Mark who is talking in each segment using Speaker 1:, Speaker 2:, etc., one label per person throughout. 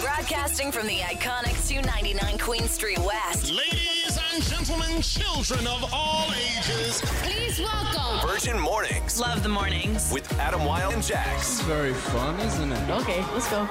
Speaker 1: Broadcasting from the iconic 299 Queen Street West.
Speaker 2: Ladies and gentlemen, children of all ages,
Speaker 3: Please welcome
Speaker 4: Virgin Mornings
Speaker 1: Love the mornings.
Speaker 4: with Adam Wilde and Jax.
Speaker 5: Very fun, isn't it?
Speaker 6: Okay, let's go.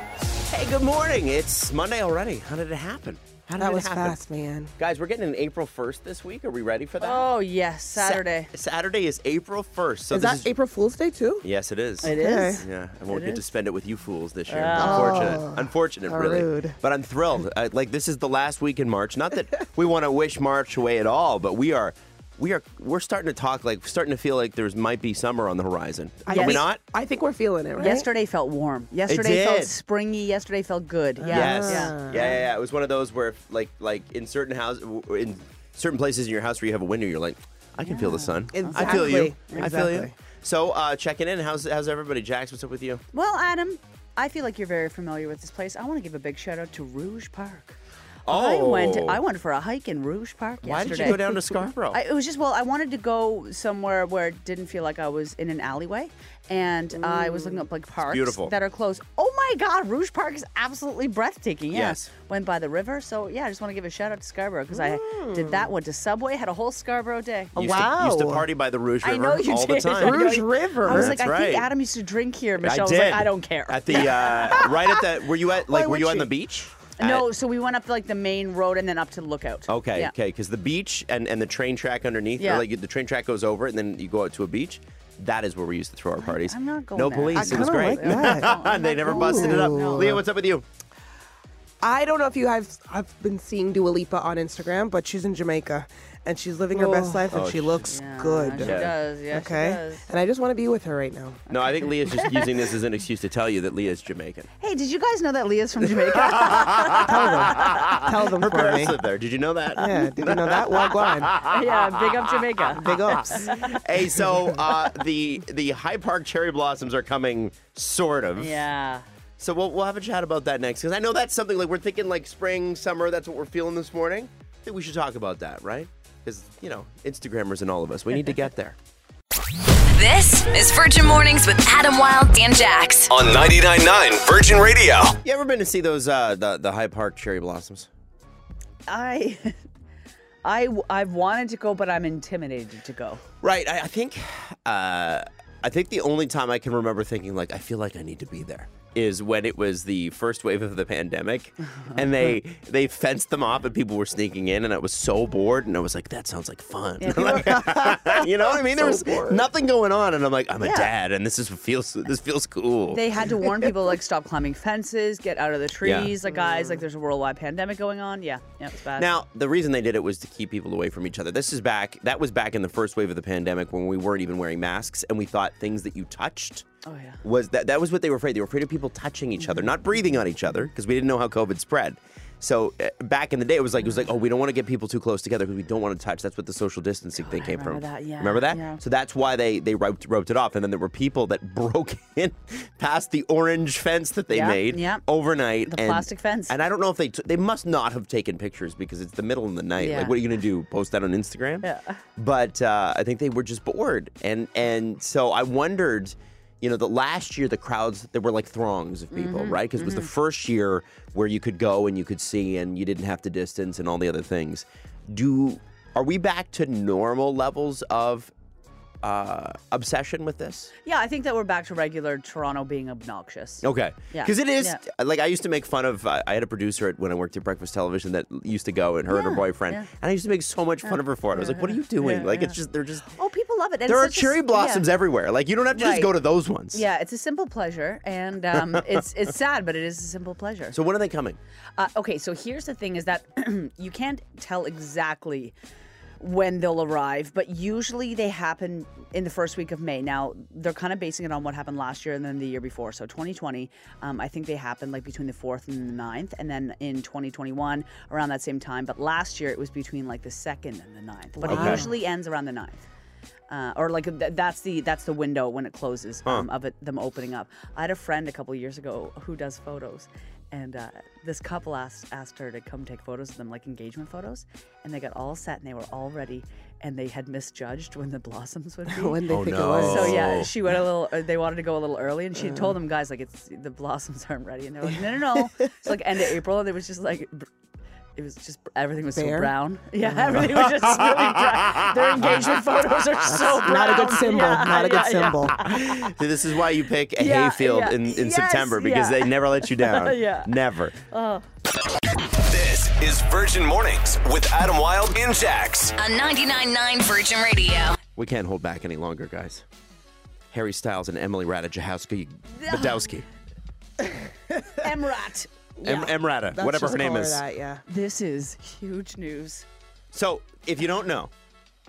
Speaker 7: Hey, good morning. It's Monday already. How did it happen? How did
Speaker 8: That
Speaker 7: it
Speaker 8: was
Speaker 7: happen?
Speaker 8: fast, man.
Speaker 7: Guys, we're getting an April 1st this week. Are we ready for that?
Speaker 6: Oh yes,
Speaker 7: Sa-
Speaker 6: Saturday.
Speaker 7: Saturday is April 1st. So
Speaker 8: Is
Speaker 7: this
Speaker 8: that April Fool's Day too?
Speaker 7: Yes, it is.
Speaker 6: It is.
Speaker 7: Yeah, I won't
Speaker 6: It
Speaker 7: get
Speaker 6: is.
Speaker 7: to
Speaker 6: Oh.
Speaker 7: spend it with you fools this year. Unfortunate. Unfortunate,
Speaker 8: how
Speaker 7: really.
Speaker 8: rude.
Speaker 7: But I'm thrilled. I, like this is the last week in March. Not that we want to wish March away at all, but we are we are we're starting to talk like starting to feel like there's might be summer on the horizon. Are we
Speaker 6: think-
Speaker 7: not?
Speaker 8: I think we're feeling it, right?
Speaker 6: Yesterday felt warm. Yesterday felt
Speaker 7: did. Uh,
Speaker 6: springy. Yesterday felt good. Yeah.
Speaker 7: Yes.
Speaker 6: Yeah.
Speaker 7: Yeah. yeah, yeah, It was one of those where, if, like, like in certain house, w- in certain places in your house where you have a window, you're like, I can feel the sun. I feel you.
Speaker 8: Exactly.
Speaker 7: I feel you.
Speaker 8: Exactly.
Speaker 7: So, uh, checking in. How's how's everybody? Jax, what's up with you?
Speaker 6: Well, Adam, I feel like you're very familiar with this place. I want to give a big shout out to Rouge Park. I went. I went for a hike in Rouge Park yesterday.
Speaker 7: Oh. Why did you go down to Scarborough?
Speaker 6: I, it was just well, I wanted to go somewhere where it didn't feel like I was in an alleyway, and I was looking up like parks
Speaker 7: beautiful.
Speaker 6: that are close. Oh my God, Rouge Park is absolutely breathtaking. Yeah.
Speaker 7: Yes.
Speaker 6: went by the river, so yeah, I just want to give a shout out to Scarborough because I did that. Went to Subway, had a whole Scarborough day.
Speaker 7: Mm. used to, used to
Speaker 8: wow.
Speaker 7: party by the Rouge
Speaker 6: I
Speaker 7: River
Speaker 6: know you
Speaker 7: all
Speaker 6: did.
Speaker 7: the
Speaker 6: I
Speaker 7: time.
Speaker 6: know
Speaker 8: Rouge
Speaker 6: you-
Speaker 8: River.
Speaker 6: I was like,
Speaker 7: That's
Speaker 6: I think
Speaker 7: right.
Speaker 6: Adam used to drink here.
Speaker 7: I
Speaker 6: Michelle was
Speaker 7: did.
Speaker 6: like, I don't care.
Speaker 7: At the uh, right at that, were you at like were
Speaker 8: would
Speaker 7: you on
Speaker 8: she?
Speaker 7: the beach?
Speaker 6: no,
Speaker 7: At-
Speaker 6: so we went up like the main road and then up to Lookout.
Speaker 7: okay,
Speaker 6: Yeah.
Speaker 7: okay, because the beach and, and the train track underneath, or
Speaker 6: Yeah.
Speaker 7: like the train track goes over, and then you go out to a beach. That is where we used to throw our parties.
Speaker 6: I'm not going
Speaker 7: No
Speaker 6: there.
Speaker 7: police.
Speaker 8: I
Speaker 7: it was
Speaker 8: kinda
Speaker 7: great.
Speaker 8: like that.
Speaker 6: No, I'm
Speaker 7: they
Speaker 6: not
Speaker 7: never
Speaker 6: going
Speaker 7: busted it up.
Speaker 6: there. No.
Speaker 7: Leah, what's up with you?
Speaker 8: I don't know if you have. I've been seeing Dua Lipa on Instagram, but she's in Jamaica, and she's living her best life, and
Speaker 7: Oh,
Speaker 8: she looks
Speaker 6: Yeah,
Speaker 8: good.
Speaker 6: She does. Yeah, she
Speaker 8: Okay,
Speaker 6: does.
Speaker 8: and I just want to be with her right now.
Speaker 7: No, I think Leah's just using this as an excuse to tell you that Leah's Jamaican.
Speaker 6: Hey, did you guys know that Leah's from Jamaica?
Speaker 8: Tell them, tell them for me.
Speaker 7: Parents live there. Did you know that?
Speaker 8: Yeah, did you know that? Wagwan.
Speaker 6: yeah, big up Jamaica.
Speaker 8: Big ups.
Speaker 7: Hey, so uh, the the High Park cherry blossoms are coming, sort of.
Speaker 6: Yeah.
Speaker 7: So we'll, we'll have a chat about that next because I know that's something like we're thinking like spring, summer. That's what we're feeling this morning. I think we should talk about that, right? Because you know, Instagrammers and all of us, we need to get there.
Speaker 1: This is Virgin Mornings with Adam Wilde and Jax.
Speaker 4: On 99.9 Virgin Radio.
Speaker 7: You ever been to see those uh, the the High Park cherry blossoms?
Speaker 6: I, I, I've wanted to go, but I'm intimidated to go.
Speaker 7: Right. I, I think uh, I think the only time I can remember thinking like I feel like I need to be there is when it was the first wave of the pandemic and they they fenced them off and people were sneaking in and I was so bored and I was like that sounds like fun. Like, you know what I mean? there was nothing going on and I'm like I'm a
Speaker 6: Yeah.
Speaker 7: dad and this is feels this feels cool.
Speaker 6: They had to warn people like stop climbing fences, get out of the
Speaker 7: Yeah.
Speaker 6: trees, like guys, like there's a worldwide pandemic going on. Yeah, yeah, it's bad.
Speaker 7: Now, the reason they did it was to keep people away from each other. This is back, that was back in the first wave of the pandemic when we weren't even wearing masks and we thought things that you touched.
Speaker 6: Oh, yeah. Mm-hmm.
Speaker 7: Was that that was what they were afraid? They were afraid of people touching each other, not breathing on each other, because we didn't know how COVID spread. So uh, back in the day, it was like it was like, oh, we don't want to get people too close together because we don't want to touch. That's what the social distancing thing came from.
Speaker 6: Oh, remember that, yeah,
Speaker 7: Remember that?
Speaker 6: yeah.
Speaker 7: So that's why they they roped, roped it off. And then there were people that broke in past the orange fence that they
Speaker 6: Yeah,
Speaker 7: made
Speaker 6: yeah.
Speaker 7: overnight.
Speaker 6: The
Speaker 7: and-
Speaker 6: plastic fence.
Speaker 7: And I don't know if they t- they must not have taken pictures because it's the middle of the night.
Speaker 6: Yeah.
Speaker 7: Like, what are you gonna do? Post that on Instagram?
Speaker 6: Yeah.
Speaker 7: But uh, I think they were just bored, and and so I wondered, you know, the last year the crowds there were like throngs of people,
Speaker 6: Mm-hmm.
Speaker 7: right? Because it was the first year where you could go and you could see and you didn't have to distance and all the other things. Do are we back to normal levels of uh, obsession with this?
Speaker 6: yeah, I think that we're back to regular Toronto being obnoxious.
Speaker 7: Okay.
Speaker 6: Yeah.
Speaker 7: Because it is
Speaker 6: Yeah.
Speaker 7: like I used to make fun of. uh, I I had a producer at, when I worked at breakfast television that used to go and her and her
Speaker 6: Yeah,
Speaker 7: boyfriend,
Speaker 6: yeah.
Speaker 7: and I used to make so much fun of her for it. I was like, "What are you doing?
Speaker 6: yeah,
Speaker 7: like
Speaker 6: yeah.
Speaker 7: it's just they're just
Speaker 6: Oh, people love it. and
Speaker 7: there are
Speaker 6: it's such a s-
Speaker 7: cherry blossoms
Speaker 6: yeah.
Speaker 7: everywhere. Like you don't have to just
Speaker 6: Right.
Speaker 7: go to those ones.
Speaker 6: Yeah, it's a simple pleasure, and um, it's it's sad, but it is a simple pleasure.
Speaker 7: So when are they coming?
Speaker 6: Uh, okay, so here's the thing: is that you can't tell exactly when they'll arrive, but usually they happen in the first week of May. Now they're kind of basing it on what happened last year and then the year before. So 2020, um, I think they happened like between the fourth and the 9th, and then in 2021 around that same time. But last year it was between like the second and the 9th. But it usually ends around the 9th. Uh, or like th- that's the that's the window when it closes um, of it, them opening up. I had a friend a couple years ago who does photos, and uh, this couple asked asked her to come take photos of them, like engagement photos, and they got all set and they were all ready. and they had misjudged when the blossoms would be.
Speaker 8: when they
Speaker 7: Oh,
Speaker 8: think
Speaker 7: no.
Speaker 8: it was.
Speaker 6: So yeah,
Speaker 7: Oh.
Speaker 6: she went a little. uh, They wanted to go a little early, and she had told them guys like it's the blossoms aren't ready, and they're like, no, no, no. It's like end of April, and it was just like. br- It was just everything was so
Speaker 8: Bare? Oh,
Speaker 6: brown. Yeah, everything was just really brown. Their engagement photos are so brown.
Speaker 8: Not a good symbol.
Speaker 6: Yeah,
Speaker 8: Not a good
Speaker 6: yeah, yeah.
Speaker 8: symbol.
Speaker 7: See, this is why you pick a
Speaker 6: Yeah,
Speaker 7: hayfield
Speaker 6: yeah.
Speaker 7: in, in
Speaker 6: Yes,
Speaker 7: September because
Speaker 6: yeah.
Speaker 7: they never let you down.
Speaker 6: Yeah. Oh.
Speaker 7: Never.
Speaker 4: This is Virgin Mornings with Adam Wilde and Jax.
Speaker 1: On 99.9 Virgin Radio.
Speaker 7: We can't hold back any longer, guys. Harry Styles and Emily Ratajkowski. Badowski.
Speaker 6: Emrat.
Speaker 7: Em- Emrata,
Speaker 8: Let's
Speaker 7: whatever
Speaker 8: just
Speaker 7: her name
Speaker 8: call
Speaker 7: is.
Speaker 8: That, yeah.
Speaker 6: This is huge news.
Speaker 7: So, if you don't know,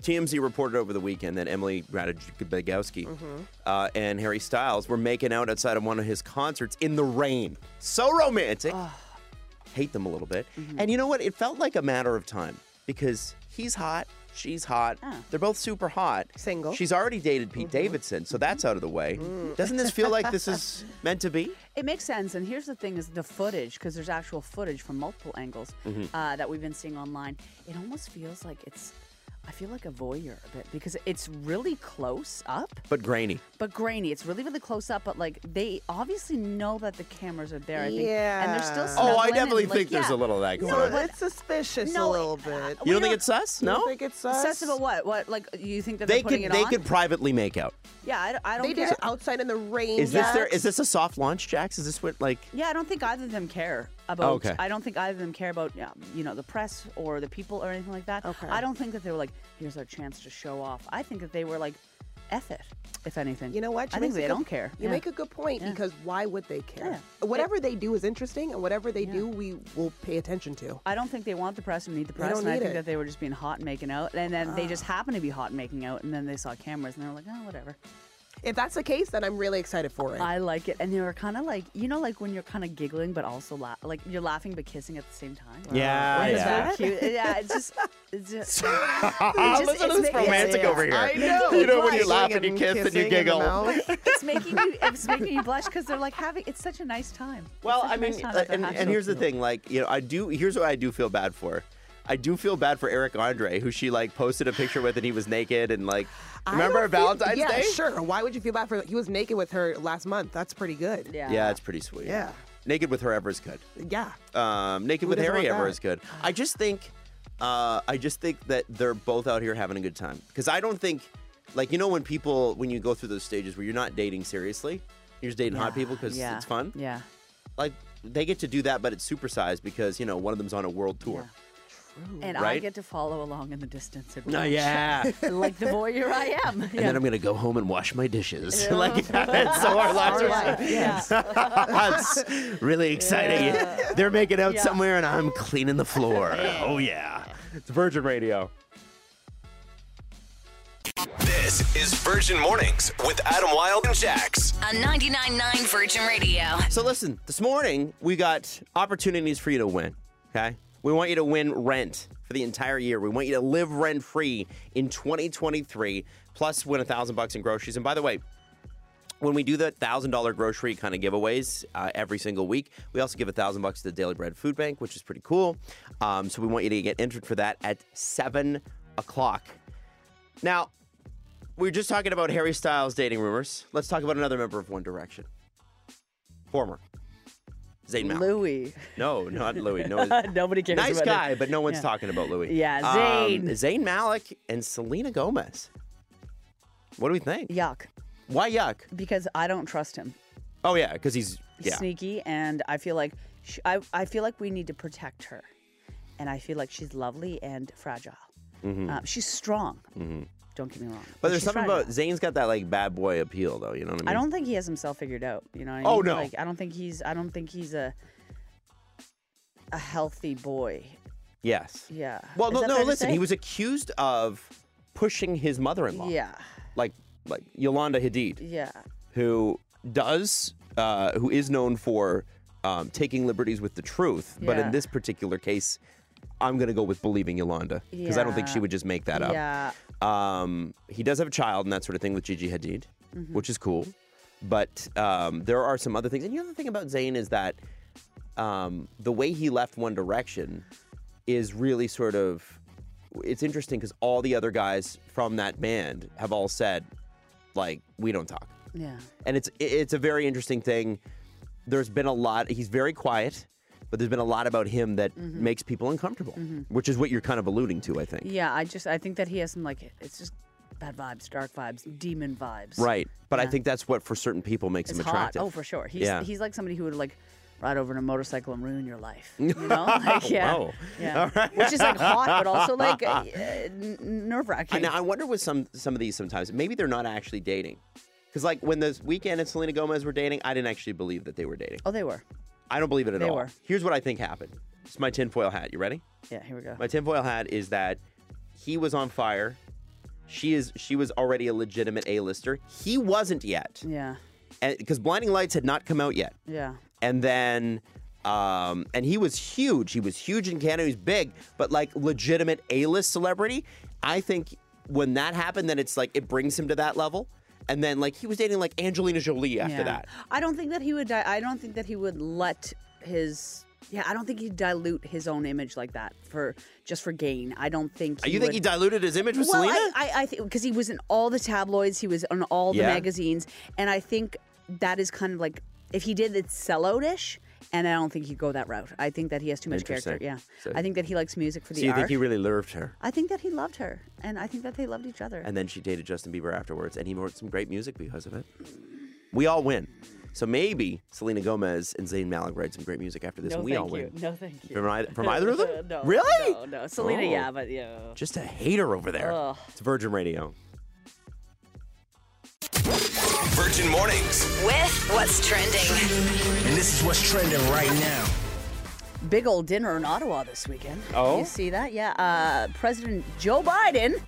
Speaker 7: TMZ reported over the weekend that Emily Ratajkowski
Speaker 6: Mm-hmm.
Speaker 7: uh, and Harry Styles were making out outside of one of his concerts in the rain. So romantic. Hate them a little bit.
Speaker 6: Mm-hmm.
Speaker 7: And you know what? It felt like a matter of time because he's hot, she's hot.
Speaker 6: Ah.
Speaker 7: They're both super hot.
Speaker 8: Single.
Speaker 7: She's already dated Pete
Speaker 6: Mm-hmm.
Speaker 7: Davidson, so that's out of the way.
Speaker 6: Mm.
Speaker 7: Doesn't this feel like this is meant to be?
Speaker 6: It makes sense. And here's the thing: is the footage because there's actual footage from multiple angles uh, that we've been seeing online. It almost feels like it's. I feel like a voyeur a bit because it's really close up,
Speaker 7: But grainy.
Speaker 6: but grainy. It's really, really close up, but like they obviously know that the cameras are there. I think, and they're still.
Speaker 8: Yeah.
Speaker 7: Oh,
Speaker 6: snuggling
Speaker 7: I
Speaker 6: and,
Speaker 7: definitely
Speaker 6: like,
Speaker 7: think there's
Speaker 6: yeah.
Speaker 7: a little of that going
Speaker 8: No,
Speaker 7: on.
Speaker 6: but-
Speaker 8: it's suspicious
Speaker 6: No,
Speaker 8: a little
Speaker 6: it-
Speaker 8: bit.
Speaker 7: You don't
Speaker 6: we
Speaker 7: think
Speaker 6: don't-
Speaker 7: it's sus?
Speaker 8: You
Speaker 7: No?
Speaker 8: don't think it's sus?
Speaker 6: Sus about what? What like you think that
Speaker 7: they
Speaker 6: are putting
Speaker 7: could
Speaker 6: it
Speaker 7: they
Speaker 6: on?
Speaker 7: could privately make out.
Speaker 6: yeah, I, I don't
Speaker 8: They
Speaker 6: care.
Speaker 8: did it outside in the rain.
Speaker 7: Is this their
Speaker 8: Jax.
Speaker 7: is this a soft launch, Jax? Is this what like
Speaker 6: Yeah, I don't think either of them care about.
Speaker 7: okay.
Speaker 6: I don't think either of them care about yeah, you know the press or the people or anything like that.
Speaker 8: Okay.
Speaker 6: I don't think that they were like, here's our chance to show off. I think that they were like, F it, if anything.
Speaker 8: You know what?
Speaker 6: I think
Speaker 8: You make a
Speaker 6: they
Speaker 8: good-
Speaker 6: don't care.
Speaker 8: You
Speaker 6: Yeah.
Speaker 8: make a good point because why would they care?
Speaker 6: Yeah.
Speaker 8: Whatever they do is interesting, and whatever they do, we will pay attention to.
Speaker 6: I don't think they want the press or need the press,
Speaker 8: don't
Speaker 6: and I
Speaker 8: need
Speaker 6: think
Speaker 8: it.
Speaker 6: that they were just being hot and making out, and then
Speaker 7: Ah.
Speaker 6: they just happened to be hot and making out, and then they saw cameras, and they were like, oh, whatever.
Speaker 8: If that's the case, then I'm really excited for it.
Speaker 6: I like it, and they were kind of like, you know, like when you're kind of giggling but also la- like you're laughing but kissing at the same time.
Speaker 7: Yeah,
Speaker 6: It's
Speaker 7: yeah.
Speaker 6: really cute. Yeah, it's just, it's just.
Speaker 7: Listen to this romantic over here. I know. You know when you laugh and you kiss and you giggle.
Speaker 6: it's making you it's making you blush because they're like having it's such a nice time. It's
Speaker 7: Well,
Speaker 6: such a
Speaker 7: I mean,
Speaker 6: nice time
Speaker 7: uh,
Speaker 6: that they're
Speaker 7: and,
Speaker 6: having.
Speaker 7: and here's the thing, like you know, I do. Here's what I do feel bad for. I do feel bad for Eric Andre, who she like posted a picture with, and he was naked, and like remember Valentine's
Speaker 8: yeah,
Speaker 7: Day?
Speaker 8: sure. Why would you feel bad for? He was naked with her last month. That's pretty good.
Speaker 6: Yeah.
Speaker 7: Yeah, it's pretty sweet.
Speaker 8: Yeah.
Speaker 7: naked with her ever is good.
Speaker 8: Yeah.
Speaker 7: um, Naked with
Speaker 8: doesn't
Speaker 7: Harry
Speaker 8: want
Speaker 7: ever
Speaker 8: that?
Speaker 7: is good. I just think, uh, I just think that they're both out here having a good time because I don't think, like you know, when people when you go through those stages where you're not dating seriously, you're just dating hot people because
Speaker 6: Yeah.
Speaker 7: it's fun.
Speaker 6: Yeah.
Speaker 7: Like they get to do that, but it's supersized because you know one of them's on a world tour.
Speaker 6: And I
Speaker 7: Right?
Speaker 6: get to follow along in the distance. And
Speaker 7: Oh,
Speaker 6: watch.
Speaker 7: yeah. and
Speaker 6: like the voyeur I am. Yeah.
Speaker 7: then I'm gonna go home and wash my dishes. like that's so our lives are.
Speaker 6: yeah.
Speaker 7: That's really exciting. They're making out
Speaker 6: Yeah.
Speaker 7: somewhere and I'm cleaning the floor. Oh yeah. It's Virgin Radio.
Speaker 4: This is Virgin Mornings with Adam Wilde and Jax.
Speaker 1: On 99.9 Virgin Radio.
Speaker 7: So listen, this morning we got opportunities for you to win. Okay, we want you to win rent for the entire year. We want you to live rent free in 2023, plus win a thousand bucks in groceries. And by the way. When we do the thousand dollar grocery kind of giveaways uh, every single week, we also give a thousand bucks to the Daily Bread Food Bank, which is pretty cool. Um, so we want you to get entered for that at seven o'clock. Now, we were just talking about Harry Styles dating rumors. Let's talk about another member of One Direction. Former. Zayn Malik.
Speaker 6: Louis.
Speaker 7: No, not Louis. No,
Speaker 6: Nobody cares.
Speaker 7: nice
Speaker 6: about
Speaker 7: guy,
Speaker 6: it.
Speaker 7: but no one's
Speaker 6: Yeah.
Speaker 7: talking about Louis.
Speaker 6: Yeah,
Speaker 7: Um,
Speaker 6: Zayn.
Speaker 7: Zayn Malik and Selena Gomez. What do we think?
Speaker 6: Yuck.
Speaker 7: Why yuck?
Speaker 6: Because I don't trust him.
Speaker 7: Oh yeah, because he's
Speaker 6: He's
Speaker 7: yeah.
Speaker 6: sneaky, and I feel like sh I, I feel like we need to protect her, and I feel like she's lovely and fragile. Uh, she's strong. Don't get me wrong.
Speaker 7: Mm-hmm. But there's
Speaker 6: she's
Speaker 7: something
Speaker 6: fragile.
Speaker 7: about Zayn's got that like bad boy appeal though. You know what I mean?
Speaker 6: I don't think he has himself figured out. You know. What I mean?
Speaker 7: Oh, no.
Speaker 6: Like I don't think he's. I don't think he's a a healthy boy.
Speaker 7: Yes.
Speaker 6: Yeah.
Speaker 7: Well,
Speaker 6: Is
Speaker 7: no,
Speaker 6: that
Speaker 7: no.
Speaker 6: fair to
Speaker 7: Listen,
Speaker 6: say?
Speaker 7: he was accused of pushing his mother-in-law.
Speaker 6: Yeah.
Speaker 7: Like like Yolanda Hadid.
Speaker 6: Yeah.
Speaker 7: who does uh, who is known for um, taking liberties with the truth, but in
Speaker 6: Yeah.
Speaker 7: this particular case, I'm going to go with believing Yolanda because I don't think
Speaker 6: Yeah.
Speaker 7: she would just make that up.
Speaker 6: Yeah.
Speaker 7: Um, he does have a child and that sort of thing with Gigi Hadid, which is cool. But um, there are some other things. And the other thing about Zayn is that um, the way he left One Direction is really sort of it's interesting because all the other guys from that band have all said, like, we don't talk.
Speaker 6: Yeah.
Speaker 7: And it's it- it's a very interesting thing. There's been a lot. He's very quiet, but there's been a lot about him that makes people uncomfortable, which is what you're kind of alluding to, I think.
Speaker 6: Yeah, I just I think that he has some like it's just bad vibes, dark vibes, demon vibes.
Speaker 7: Right. But I think that's what for certain people makes
Speaker 6: It's
Speaker 7: him
Speaker 6: hot.
Speaker 7: attractive.
Speaker 6: Oh, for sure. He's
Speaker 7: Yeah.
Speaker 6: he's like somebody who would like ride over in a motorcycle and ruin your life. You know? Like, yeah.
Speaker 7: Wow.
Speaker 6: Yeah. Which is like hot, but also like uh, nerve wracking.
Speaker 7: Now I wonder with some some of these sometimes maybe they're not actually dating, because like when the weekend and Selena Gomez were dating, I didn't actually believe that they were dating.
Speaker 6: Oh, they were.
Speaker 7: I don't believe it at
Speaker 6: They
Speaker 7: all.
Speaker 6: were.
Speaker 7: Here's what I think happened. It's my tinfoil hat. You ready?
Speaker 6: Yeah, here we go.
Speaker 7: My tinfoil hat is that he was on fire. She is. She was already a legitimate A-lister. He wasn't yet,
Speaker 6: yeah.
Speaker 7: because Blinding Lights had not come out yet.
Speaker 6: Yeah.
Speaker 7: And then, um, and he was huge. He was huge in Canada. He was big, but like legitimate A-list celebrity. I think when that happened, then it's like it brings him to that level. And then like he was dating like Angelina Jolie after
Speaker 6: Yeah.
Speaker 7: that.
Speaker 6: I don't think that he would. Di- I don't think that he would let his. Yeah, I don't think he'd dilute his own image like that for just for gain. I don't think. He
Speaker 7: You
Speaker 6: would-
Speaker 7: think he diluted his image with
Speaker 6: well,
Speaker 7: Selena?
Speaker 6: I, I, I think because he was in all the tabloids, he was on all the
Speaker 7: Yeah.
Speaker 6: magazines, and I think that is kind of like if he did, it's sellout-ish. And I don't think he'd go that route. I think that he has too much character.
Speaker 7: Interesting.
Speaker 6: Yeah,
Speaker 7: So-
Speaker 6: I think that he likes music for the
Speaker 7: so you
Speaker 6: art.
Speaker 7: think he really loved her?
Speaker 6: I think that he loved her, and I think that they loved each other.
Speaker 7: And then she dated Justin Bieber afterwards, and he wrote some great music because of it. We all win. So maybe Selena Gomez and Zayn Malik write some great music after this,
Speaker 6: no,
Speaker 7: and we
Speaker 6: thank
Speaker 7: all
Speaker 6: you.
Speaker 7: win.
Speaker 6: No, thank you.
Speaker 7: From, ei- from either of them?
Speaker 6: no,
Speaker 7: really?
Speaker 6: No, no. Selena,
Speaker 7: Oh.
Speaker 6: yeah, but yeah.
Speaker 7: Just a hater over there. It's Virgin Radio.
Speaker 4: Virgin Mornings.
Speaker 1: With what's trending.
Speaker 3: And this is what's trending right now.
Speaker 6: Big old dinner in Ottawa this weekend.
Speaker 7: Oh?
Speaker 6: you see that? Yeah. Uh, President Joe Biden,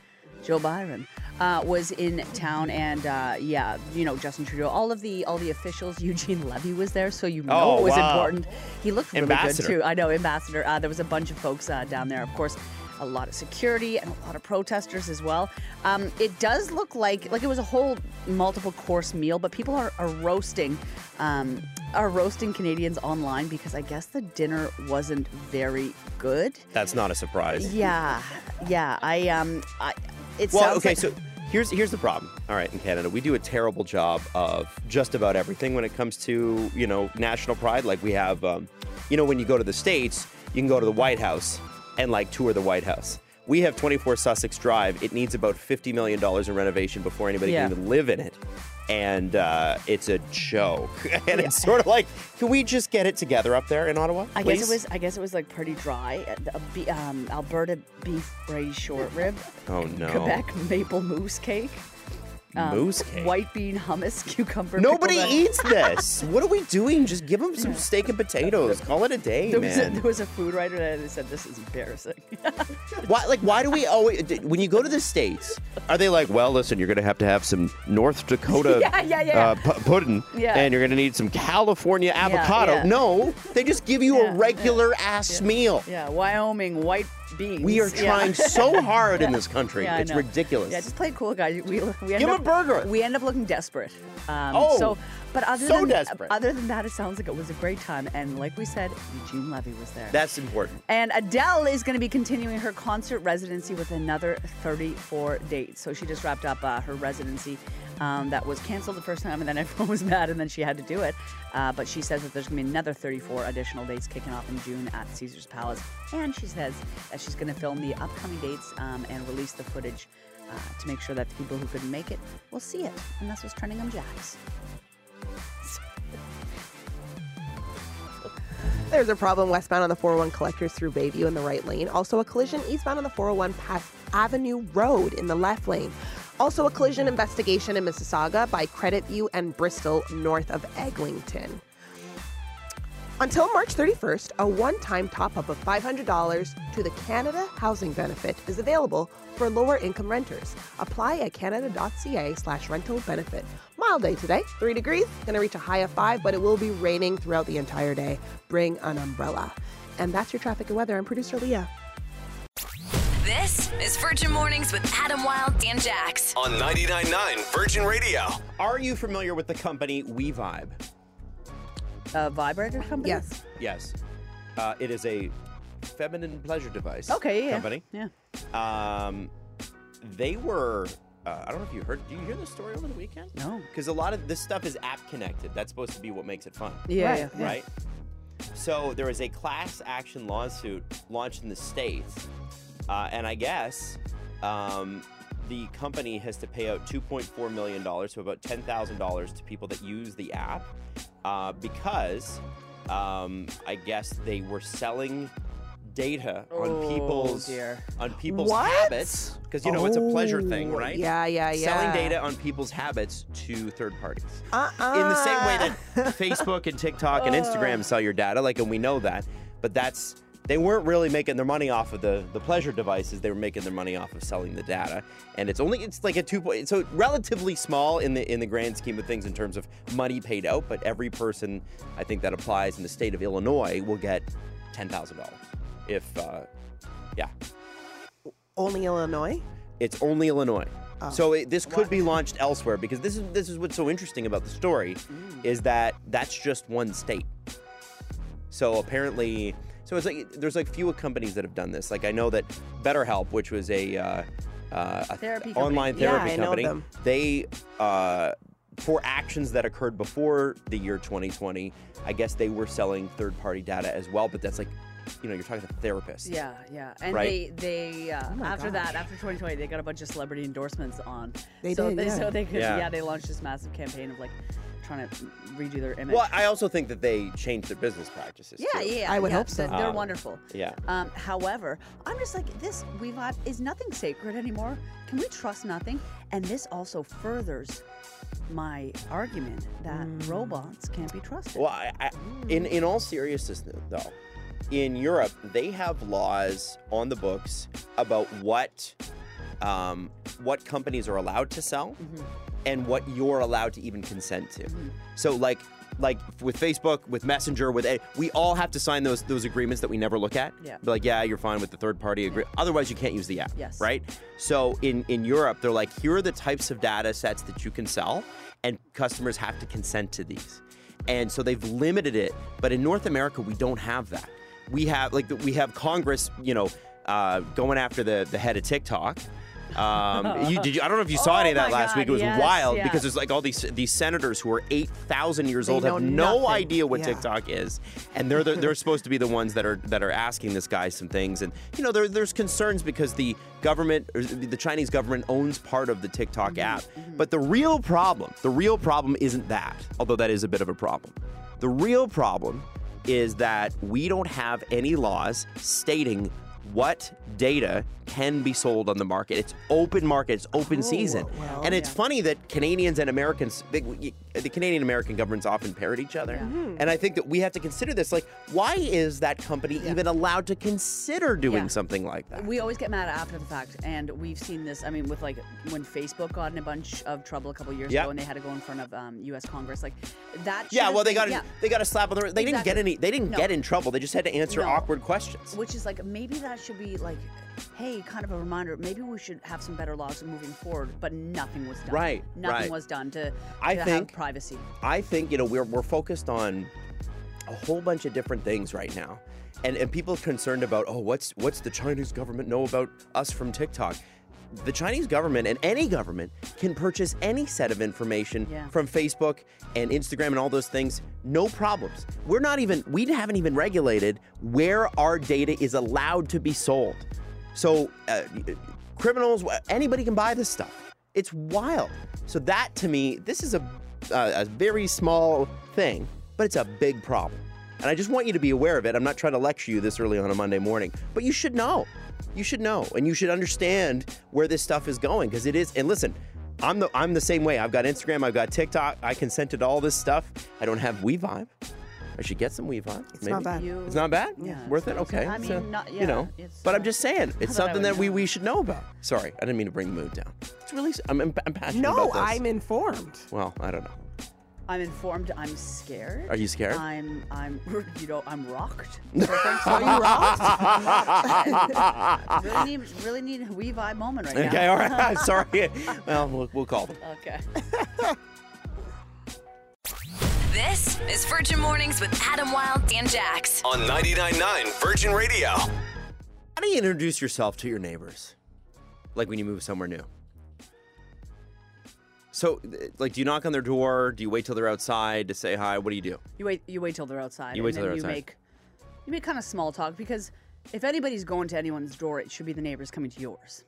Speaker 6: Joe Byron, uh, was in town, and uh, yeah, you know Justin Trudeau, all of the all the officials. Eugene Levy was there, so you know
Speaker 7: Oh,
Speaker 6: it was
Speaker 7: wow.
Speaker 6: important. He looked really
Speaker 7: Ambassador.
Speaker 6: good too. I know, ambassador. Uh, there was a bunch of folks uh, down there, of course. A lot of security and a lot of protesters as well. Um, it does look like like it was a whole multiple course meal, but people are, are roasting um, are roasting Canadians online because I guess the dinner wasn't very good.
Speaker 7: That's not a surprise.
Speaker 6: Yeah, yeah. I um, I it
Speaker 7: Well,
Speaker 6: sounds
Speaker 7: okay,
Speaker 6: like-
Speaker 7: so here's here's the problem. All right, in Canada, we do a terrible job of just about everything when it comes to you know national pride. Like we have, um, you know, when you go to the states, you can go to the White House and like tour the White House. We have 24 Sussex Drive. It needs about 50 million dollars in renovation before anybody
Speaker 6: Yeah.
Speaker 7: can even live in it. And uh, it's a joke. and it's sort of like, can we just get it together up there in Ottawa?
Speaker 6: I guess
Speaker 7: please?
Speaker 6: it was. I guess it was like pretty dry. Uh, the, uh, be- um, Alberta beef braised short rib.
Speaker 7: Oh, no.
Speaker 6: Quebec maple mousse cake.
Speaker 7: moose cake.
Speaker 6: White bean hummus, cucumber.
Speaker 7: Nobody
Speaker 6: pickled-
Speaker 7: eats this. What are we doing? Just give them some steak and potatoes. Call it a day,
Speaker 6: There was, a, there
Speaker 7: man.
Speaker 6: was a food writer that said this is embarrassing.
Speaker 7: Why, like, why do we always? d- When you go to the states, are they like, well, listen, you're gonna have to have some North Dakota
Speaker 6: Yeah, yeah, yeah.
Speaker 7: Uh, pu- pudding,
Speaker 6: Yeah.
Speaker 7: and you're gonna need some California avocado?
Speaker 6: yeah.
Speaker 7: No, they just give you
Speaker 6: Yeah,
Speaker 7: a
Speaker 6: yeah,
Speaker 7: regular ass meal.
Speaker 6: yeah, Wyoming white beans.
Speaker 7: We are
Speaker 6: Yeah.
Speaker 7: trying so hard in this country.
Speaker 6: Yeah, I
Speaker 7: it's
Speaker 6: know.
Speaker 7: ridiculous.
Speaker 6: Yeah, just play it cool, guys. We, we end
Speaker 7: Give 'em
Speaker 6: up,
Speaker 7: a burger.
Speaker 6: We end up looking desperate. Um,
Speaker 7: Oh,
Speaker 6: so, but other
Speaker 7: so
Speaker 6: than
Speaker 7: desperate.
Speaker 6: other than that, it sounds like it was a great time. And like we said, Eugene Levy was there.
Speaker 7: That's important.
Speaker 6: And Adele is going to be continuing her concert residency with another 34 dates. So she just wrapped up uh, her residency um, that was canceled the first time, and then everyone was mad, and then she had to do it. Uh, but she says that there's going to be another 34 additional dates kicking off in June at Caesar's Palace. And she says that she's going to film the upcoming dates um, and release the footage uh, to make sure that the people who couldn't make it will see it. And that's what's trending on Jax.
Speaker 8: There's a problem westbound on the 401 collectors through Bayview in the right lane. Also, a collision eastbound on the 401 past Avenue Road in the left lane. Also, a collision investigation in Mississauga by Credit View and Bristol north of Eglinton. Until March 31st, a one time top up of $500 to the Canada Housing Benefit is available for lower income renters. Apply at canada.ca slash rental benefit. Mild day today, three degrees, gonna reach a high of five, but it will be raining throughout the entire day. Bring an umbrella. And that's your traffic and weather. I'm producer Leah.
Speaker 1: This is Virgin Mornings with Adam Wilde and Jax.
Speaker 4: On 99.9 Virgin Radio.
Speaker 7: Are you familiar with the company WeVibe?
Speaker 6: A Uh, vibrator company?
Speaker 8: Yes.
Speaker 7: Yes. Uh, it is a feminine pleasure device
Speaker 6: Okay, yeah.
Speaker 7: company.
Speaker 6: Yeah.
Speaker 7: Um, they were. Uh, I don't know if you heard. Did you hear this story over the weekend?
Speaker 6: No.
Speaker 7: Because a lot of this stuff is app connected. That's supposed to be what makes it fun.
Speaker 6: Yeah.
Speaker 8: Right.
Speaker 6: yeah, yeah.
Speaker 7: Right. So there was a class action lawsuit launched in the states, uh, and I guess um, the company has to pay out 2.4 million dollars, so about ten thousand dollars, to people that use the app uh, because um, I guess they were selling data on
Speaker 6: Oh,
Speaker 7: people's
Speaker 6: dear.
Speaker 7: on people's
Speaker 8: What?
Speaker 7: habits because you know it's a pleasure thing,
Speaker 8: Oh,
Speaker 7: right?
Speaker 8: Yeah, yeah, yeah.
Speaker 7: Selling data on people's habits to third parties
Speaker 8: Uh-uh.
Speaker 7: in the same way that Facebook and TikTok and Instagram sell your data, like, and we know that, but that's they weren't really making their money off of the the pleasure devices. They were making their money off of selling the data, and it's only it's like a two point so relatively small in the in the grand scheme of things in terms of money paid out. But every person, I think that applies in the state of Illinois will get ten thousand dollars if uh, yeah,
Speaker 8: only Illinois.
Speaker 7: it's only Illinois.
Speaker 8: Oh.
Speaker 7: So it, this could be launched elsewhere because this is this is what's so interesting about the story
Speaker 8: Mm.
Speaker 7: is that that's just one state. So apparently, so it's like there's like few companies that have done this. Like I know that BetterHelp, which was a, uh, uh, a
Speaker 6: Therapy
Speaker 7: online
Speaker 6: company.
Speaker 8: Yeah,
Speaker 7: therapy
Speaker 8: I know
Speaker 7: company,
Speaker 8: them.
Speaker 7: they uh, for actions that occurred before the year 2020, I guess they were selling third-party data as well. But that's like, you know, you're talking to therapists.
Speaker 6: Yeah, yeah. And
Speaker 7: Right.
Speaker 6: they, they uh,
Speaker 8: Oh my
Speaker 6: after
Speaker 8: gosh.
Speaker 6: that, after 2020, they got a bunch of celebrity endorsements on.
Speaker 8: They
Speaker 6: so
Speaker 8: did,
Speaker 6: They,
Speaker 8: yeah.
Speaker 6: So they could,
Speaker 7: Yeah.
Speaker 6: yeah. they launched this massive campaign of like trying to redo their image.
Speaker 7: Well, I also think that they changed their business practices.
Speaker 6: yeah,
Speaker 7: too.
Speaker 6: yeah.
Speaker 8: I would
Speaker 6: yeah.
Speaker 8: hope so.
Speaker 6: They're
Speaker 7: Um,
Speaker 6: wonderful.
Speaker 7: yeah.
Speaker 6: Um, however, I'm just like this. We've got is nothing sacred anymore. Can we trust nothing? And this also furthers my argument that
Speaker 8: Mm.
Speaker 6: robots can't be trusted.
Speaker 7: Well, I, I, in in all seriousness, though, in Europe they have laws on the books about what um, what companies are allowed to sell and what you're allowed to even consent to. So, like like with Facebook, with Messenger, with a, we all have to sign those those agreements that we never look at.
Speaker 6: Yeah.
Speaker 7: Be like, yeah, you're fine with the third party agreement. Otherwise, you can't use the app.
Speaker 6: Yes.
Speaker 7: Right. So in in Europe, they're like, here are the types of data sets that you can sell, and customers have to consent to these. And so they've limited it. But in North America, we don't have that. We have like we have Congress, you know, uh, going after the the head of TikTok. Um, you, did you, I don't know if you saw
Speaker 6: Oh
Speaker 7: any of that
Speaker 6: my
Speaker 7: last
Speaker 6: God,
Speaker 7: week. It was
Speaker 6: yes,
Speaker 7: wild
Speaker 6: yeah.
Speaker 7: because there's like all these these senators who are eight thousand years
Speaker 8: They
Speaker 7: old have
Speaker 8: know
Speaker 7: no
Speaker 8: nothing.
Speaker 7: idea what
Speaker 8: Yeah.
Speaker 7: TikTok TikTok is, and they're the, they're supposed to be the ones that are that are asking this guy some things, and you know there, there's concerns because the government, or the Chinese government, owns part of the TikTok
Speaker 8: Mm-hmm.
Speaker 7: app. But the real problem, the real problem isn't that, although that is a bit of a problem. The real problem is that we don't have any laws stating what data can be sold on the market. It's open market, it's
Speaker 6: Oh,
Speaker 7: open season.
Speaker 8: well,
Speaker 7: and it's funny that Canadians and Americans, they, we- the Canadian American governments often parrot each other. And I think that we have to consider this like, why is that company even allowed to consider doing
Speaker 6: Yeah.
Speaker 7: something like that?
Speaker 6: We always get mad after the fact, and we've seen this. I mean, with like when Facebook got in a bunch of trouble a couple years
Speaker 7: Yeah.
Speaker 6: ago, and they had to go in front of um, U.S. Congress, like that.
Speaker 7: yeah,
Speaker 6: should've
Speaker 7: well, they
Speaker 6: been-
Speaker 7: got a,
Speaker 6: yeah.
Speaker 7: they got a slap on the. They didn't get
Speaker 6: Exactly.
Speaker 7: any. They didn't
Speaker 6: No.
Speaker 7: get in trouble. They just had to answer
Speaker 6: No.
Speaker 7: awkward questions.
Speaker 6: which is like maybe that should be like, hey, kind of a reminder. Maybe we should have some better laws moving forward. But nothing was done.
Speaker 7: Right,
Speaker 6: Nothing
Speaker 7: right.
Speaker 6: was done to.
Speaker 7: I
Speaker 6: to
Speaker 7: think-
Speaker 6: have privacy.
Speaker 7: I think you know we're we're focused on a whole bunch of different things right now, and and people are concerned about oh what's what's the Chinese government know about us from TikTok. The Chinese government and any government can purchase any set of information
Speaker 6: Yeah.
Speaker 7: from Facebook and Instagram and all those things, no problems. We're not even, we haven't even regulated where our data is allowed to be sold. So, uh, criminals, anybody can buy this stuff. It's wild. So that to me, this is a uh, a very small thing, but it's a big problem. And I just want you to be aware of it. I'm not trying to lecture you this early on a Monday morning, but you should know. You should know, and you should understand where this stuff is going because it is. And listen, I'm the I'm the same way. I've got Instagram, I've got TikTok. I consented to all this stuff. I don't have WeVibe. I should get some WeVibe.
Speaker 8: It's not bad.
Speaker 6: You-
Speaker 7: It's not bad.
Speaker 6: Yeah,
Speaker 7: worth it.
Speaker 6: it's not-
Speaker 7: Okay.
Speaker 6: I mean,
Speaker 7: So,
Speaker 6: not-
Speaker 7: you
Speaker 6: yeah,
Speaker 7: know.
Speaker 6: it's
Speaker 7: But I'm
Speaker 6: not-
Speaker 7: just saying, it's
Speaker 6: thought I
Speaker 7: something
Speaker 6: would
Speaker 7: that we
Speaker 6: know.
Speaker 7: we should know about. Sorry, I didn't mean to bring the mood down. It's really I'm I'm, I'm passionate
Speaker 8: No,
Speaker 7: about this.
Speaker 8: I'm informed.
Speaker 7: Well, I don't know.
Speaker 6: I'm informed. I'm scared.
Speaker 7: Are you scared?
Speaker 6: I'm. I'm. You know. I'm rocked.
Speaker 8: Are you wrong?
Speaker 6: really need. Really need a wee vibe moment right now.
Speaker 7: Okay, all right. Sorry. Well, we'll, we'll call them.
Speaker 6: Okay.
Speaker 1: This is Virgin Mornings with Adam Wilde and Jax.
Speaker 4: On 99.9 Virgin Radio.
Speaker 7: How do you introduce yourself to your neighbors? like when you move somewhere new? So, th- like, do you knock on their door? Do you wait till they're outside to say hi? What do you do?
Speaker 6: You wait. You wait till they're outside.
Speaker 7: You wait
Speaker 6: and
Speaker 7: till
Speaker 6: then
Speaker 7: they're
Speaker 6: you
Speaker 7: outside.
Speaker 6: Make, you make kind of small talk because if anybody's going to anyone's door, it should be the neighbors coming to yours.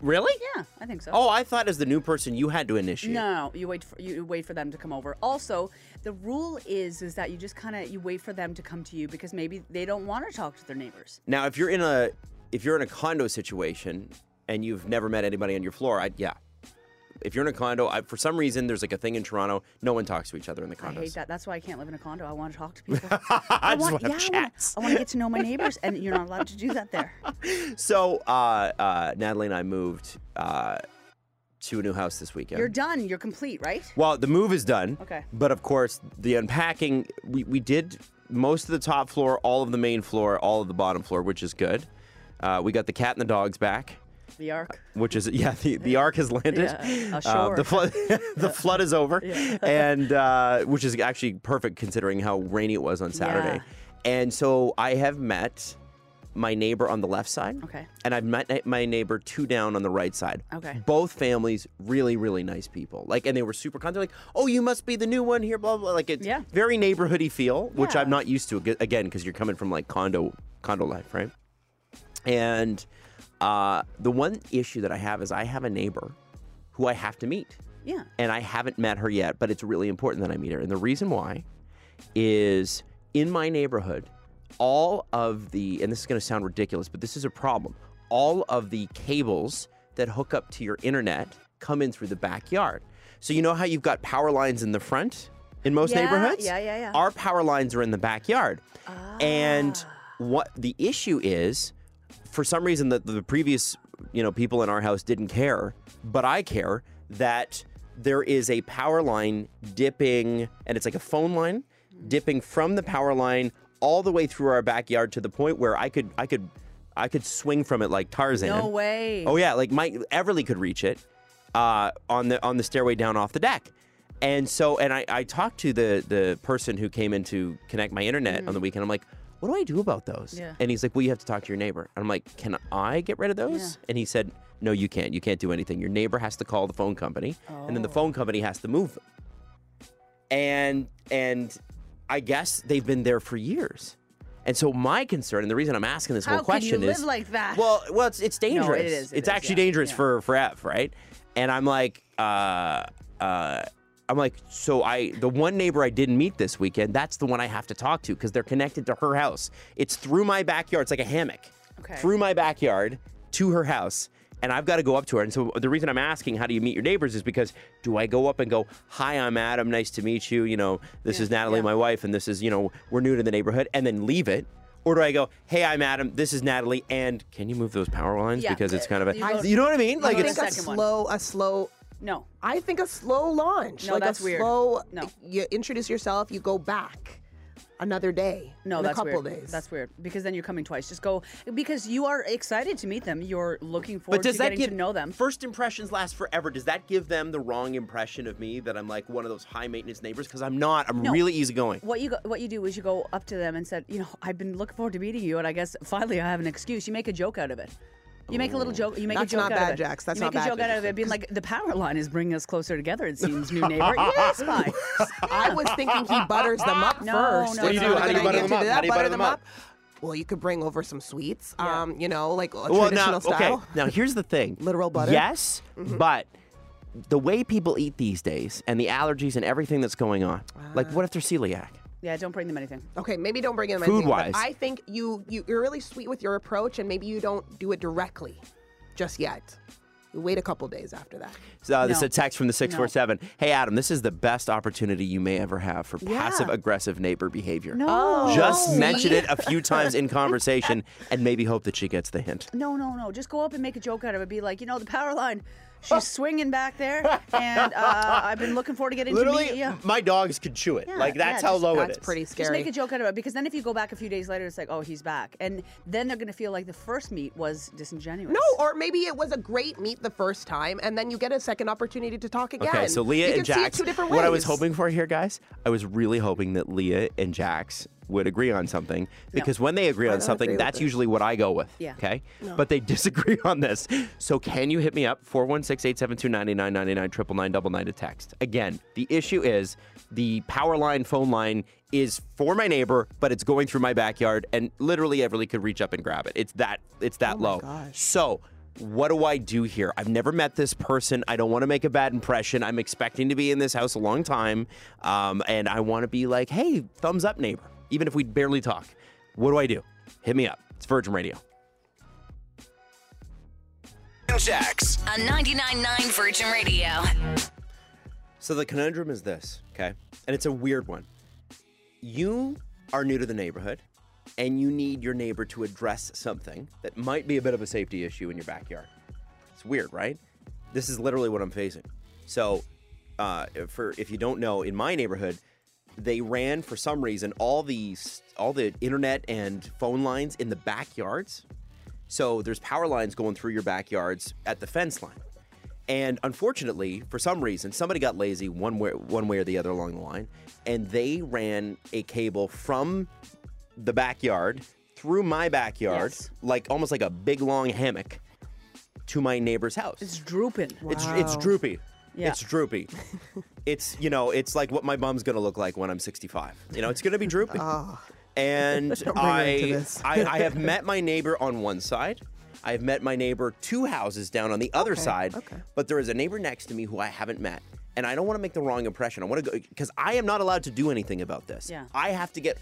Speaker 7: Really?
Speaker 6: Yeah, I think so.
Speaker 7: Oh, I thought as the new person, you had to initiate.
Speaker 6: No, no, no, you wait for you wait for them to come over. Also, the rule is is that you just kind of you wait for them to come to you because maybe they don't want to talk to their neighbors.
Speaker 7: Now, if you're in a if you're in a condo situation and you've never met anybody on your floor, I yeah. If you're in a condo, I, for some reason there's like a thing in Toronto, no one talks to each other in the condos.
Speaker 6: I hate that. That's why I can't live in a condo. I want to talk to people. I, want,
Speaker 7: wanna have
Speaker 6: yeah, I wanna-
Speaker 7: chats.
Speaker 6: I want to get to know my neighbors, and you're not allowed to do that there.
Speaker 7: So, uh, uh, Natalie and I moved uh, to a new house this weekend.
Speaker 6: You're done. You're complete, right?
Speaker 7: Well, the move is done.
Speaker 6: Okay.
Speaker 7: But of course, the unpacking, we, we did most of the top floor, all of the main floor, all of the bottom floor, which is good. Uh, we got the cat and the dogs back,
Speaker 6: The arc.
Speaker 7: which is, yeah, the, the ark has landed.
Speaker 6: Yeah,
Speaker 7: Uh,
Speaker 6: ashore.
Speaker 7: the, flood, the flood is over, and uh, which is actually perfect considering how rainy it was on Saturday.
Speaker 6: Yeah.
Speaker 7: And so I have met my neighbor on the left side.
Speaker 6: Okay.
Speaker 7: And I've met my neighbor two down on the right side.
Speaker 6: Okay.
Speaker 7: Both families, really, really nice people. Like, and they were super kind. They're like, "Oh, you must be the new one here." Blah blah. Like, it's
Speaker 6: Yeah.
Speaker 7: very neighborhoody feel, which
Speaker 6: Yeah.
Speaker 7: I'm not used to ag- again because you're coming from like condo condo life, right? And uh, the one issue that I have is I have a neighbor who I have to meet,
Speaker 6: Yeah.
Speaker 7: and I haven't met her yet, but it's really important that I meet her. And the reason why is in my neighborhood, all of the, and this is going to sound ridiculous, but this is a problem. All of the cables that hook up to your internet come in through the backyard. So you know how you've got power lines in the front in most
Speaker 6: Yeah,
Speaker 7: neighborhoods?
Speaker 6: yeah, yeah, Ah. yeah.
Speaker 7: Our power lines are in the backyard. And what the issue is, for some reason that the previous you know people in our house didn't care but i care that there is a power line dipping and it's like a phone line
Speaker 6: Mm.
Speaker 7: dipping from the power line all the way through our backyard to the point where i could i could i could swing from it like tarzan
Speaker 6: No way.
Speaker 7: Oh yeah, like Mike Everly could reach it uh, on the on the stairway down off the deck. And so and I, I talked to the the person who came in to connect my internet on the weekend. I'm like, what do I do about those?
Speaker 6: Mm-hmm. Yeah.
Speaker 7: And he's like, well, you have to talk to your neighbor. And I'm like, can I get rid of those? And he said, no, you can't. You can't do anything. Your neighbor has to call the phone company, and then
Speaker 6: Oh.
Speaker 7: the phone company has to move them. And and I guess they've been there for years. And so my concern, and the reason I'm asking this
Speaker 6: How
Speaker 7: whole
Speaker 6: can you
Speaker 7: question
Speaker 6: live
Speaker 7: is,
Speaker 6: like that?
Speaker 7: well, well, it's it's dangerous.
Speaker 6: is, it
Speaker 7: it's
Speaker 6: is,
Speaker 7: actually
Speaker 6: yeah,
Speaker 7: dangerous
Speaker 6: yeah.
Speaker 7: for for F, right? And I'm like, uh, uh, I'm like, so I the one neighbor I didn't meet this weekend, that's the one I have to talk to because they're connected to her house. It's through my backyard. It's like a hammock
Speaker 6: Okay.
Speaker 7: through my backyard to her house. And I've got to go up to her. And so the reason I'm asking, how do you meet your neighbors, is because do I go up and go, hi, I'm Adam, nice to meet you. You know, this is Natalie, my wife, and this is, you know, we're new to the neighborhood, and then leave it. Or do I go, hey, I'm Adam, this is Natalie, and can you move those power lines?
Speaker 6: Yeah.
Speaker 7: Because it's kind of a,
Speaker 6: You
Speaker 7: you,
Speaker 6: go-
Speaker 7: know what I mean?
Speaker 6: go
Speaker 7: Like,
Speaker 8: I
Speaker 6: to
Speaker 7: it's,
Speaker 8: think a
Speaker 6: second one.
Speaker 8: slow, a slow.
Speaker 6: no.
Speaker 8: I think a slow launch.
Speaker 6: No,
Speaker 8: like
Speaker 6: that's
Speaker 8: a
Speaker 6: weird.
Speaker 8: slow.
Speaker 6: No.
Speaker 8: You introduce yourself. You go back another day.
Speaker 6: No,
Speaker 8: in
Speaker 6: that's
Speaker 8: a couple
Speaker 6: weird.
Speaker 8: days.
Speaker 6: That's weird because then you're coming twice. Just go because you are excited to meet them. You're looking forward
Speaker 7: but does
Speaker 6: to
Speaker 7: that
Speaker 6: getting
Speaker 7: give
Speaker 6: to know them.
Speaker 7: First impressions last forever. Does that give them the wrong impression of me that I'm like one of those high maintenance neighbors? Because I'm not. I'm really easygoing.
Speaker 6: what you go, what you do is you go up to them and said, you know, I've been looking forward to meeting you, and I guess finally I have an excuse. You make a joke out of it. You make a little joke. You make
Speaker 8: That's
Speaker 6: a joke
Speaker 8: not
Speaker 6: out
Speaker 8: bad,
Speaker 6: of it.
Speaker 8: Jax. That's
Speaker 6: you make
Speaker 8: not
Speaker 6: a
Speaker 8: bad.
Speaker 6: joke out of it, being like the power line is bringing us closer together. It seems new neighbor. yes, bye.
Speaker 8: I was thinking he butters them up
Speaker 6: No,
Speaker 8: first.
Speaker 6: no, What do you
Speaker 8: It's
Speaker 6: do?
Speaker 8: not a
Speaker 6: How do
Speaker 8: good
Speaker 6: you butter them
Speaker 8: idea to
Speaker 2: up?
Speaker 8: that.
Speaker 2: How do you butter them up?
Speaker 8: Well, you could bring over some sweets.
Speaker 6: Yeah.
Speaker 8: Um, you know, like a
Speaker 7: well,
Speaker 8: traditional
Speaker 7: now,
Speaker 8: style.
Speaker 7: Okay, now here's the thing.
Speaker 8: Literal butter? Mm-hmm.
Speaker 7: Yes, but the way people eat these days and the allergies and everything that's going on. Like,
Speaker 8: Ah.
Speaker 7: what if they're celiac?
Speaker 6: Yeah, don't bring them anything.
Speaker 8: Okay, maybe don't bring in my
Speaker 7: Food-wise.
Speaker 8: I think you, you you're really sweet with your approach, and maybe you don't do it directly, just yet. You wait a couple days after that.
Speaker 7: So, uh, This is
Speaker 6: No.
Speaker 7: a text from the 647. Hey, Adam, this is the best opportunity you may ever have for passive aggressive neighbor behavior.
Speaker 6: No.
Speaker 7: Just
Speaker 8: Oh.
Speaker 7: mention it a few times in conversation and maybe hope that she gets the hint.
Speaker 6: No, no, no. Just go up and make a joke out of it. Be like, you know, the power line, she's swinging back there, and uh, I've been looking forward to getting to meet you.
Speaker 7: my dogs could chew it.
Speaker 6: Yeah, Like, that's yeah, how just- low
Speaker 8: That's pretty
Speaker 6: Just
Speaker 8: scary.
Speaker 6: make a joke out of it because then if you go back a few days later, it's like, oh, he's back, and then they're gonna feel like the first meet was disingenuous.
Speaker 8: no, or maybe it was a great meet the first time, and then you get a second opportunity to talk again.
Speaker 7: Okay, so Leah
Speaker 8: you
Speaker 7: and
Speaker 8: can see it
Speaker 7: Jax.
Speaker 8: two different
Speaker 7: What I was
Speaker 8: ways.
Speaker 7: hoping for here, guys, I was really hoping that Leah and Jax would agree on something because when they agree on
Speaker 8: don't
Speaker 7: something,
Speaker 8: agree with
Speaker 7: that's
Speaker 8: it.
Speaker 7: usually what I go with.
Speaker 6: Yeah.
Speaker 7: Okay. But they disagree on this. So can you hit me up 416-872-9999 triple nine double nine to text. Again, the issue is the power line phone line is for my neighbor, but it's going through my backyard and literally everybody could reach up and grab it. It's that it's that low. So what do I do here? I've never met this person. I don't want to make a bad impression. I'm expecting to be in this house a long time. Um, and I want to be like, hey, thumbs up, neighbor, even if we barely talk. What do I do? Hit me up. It's Virgin Radio.
Speaker 4: and Jax.
Speaker 1: on 99.9 Virgin Radio.
Speaker 7: So the conundrum is this, okay? And it's a weird one. You are new to the neighborhood and you need your neighbor to address something that might be a bit of a safety issue in your backyard. It's weird, right? This is literally what I'm facing. So, uh, for if you don't know, in my neighborhood, they ran for some reason all these all the internet and phone lines in the backyards. So there's power lines going through your backyards at the fence line. And unfortunately, for some reason, somebody got lazy one way, one way or the other along the line, and they ran a cable from the backyard through my backyard,
Speaker 6: Yes.
Speaker 7: like almost like a big long hammock, to my neighbor's house.
Speaker 6: It's drooping.
Speaker 7: It's it's droopy.
Speaker 6: Yeah.
Speaker 7: It's droopy. it's you know, it's like what my bum's gonna look like when I'm 65. You know, it's gonna be droopy. And
Speaker 8: Ah. bring her
Speaker 7: I,
Speaker 8: into this.
Speaker 7: I I have met my neighbor on one side. I've met my neighbor two houses down on the other side.
Speaker 8: okay.
Speaker 7: But there is a neighbor next to me who I haven't met. And I don't want to make the wrong impression. I want to go because I am not allowed to do anything about this.
Speaker 6: Yeah.
Speaker 7: I have to get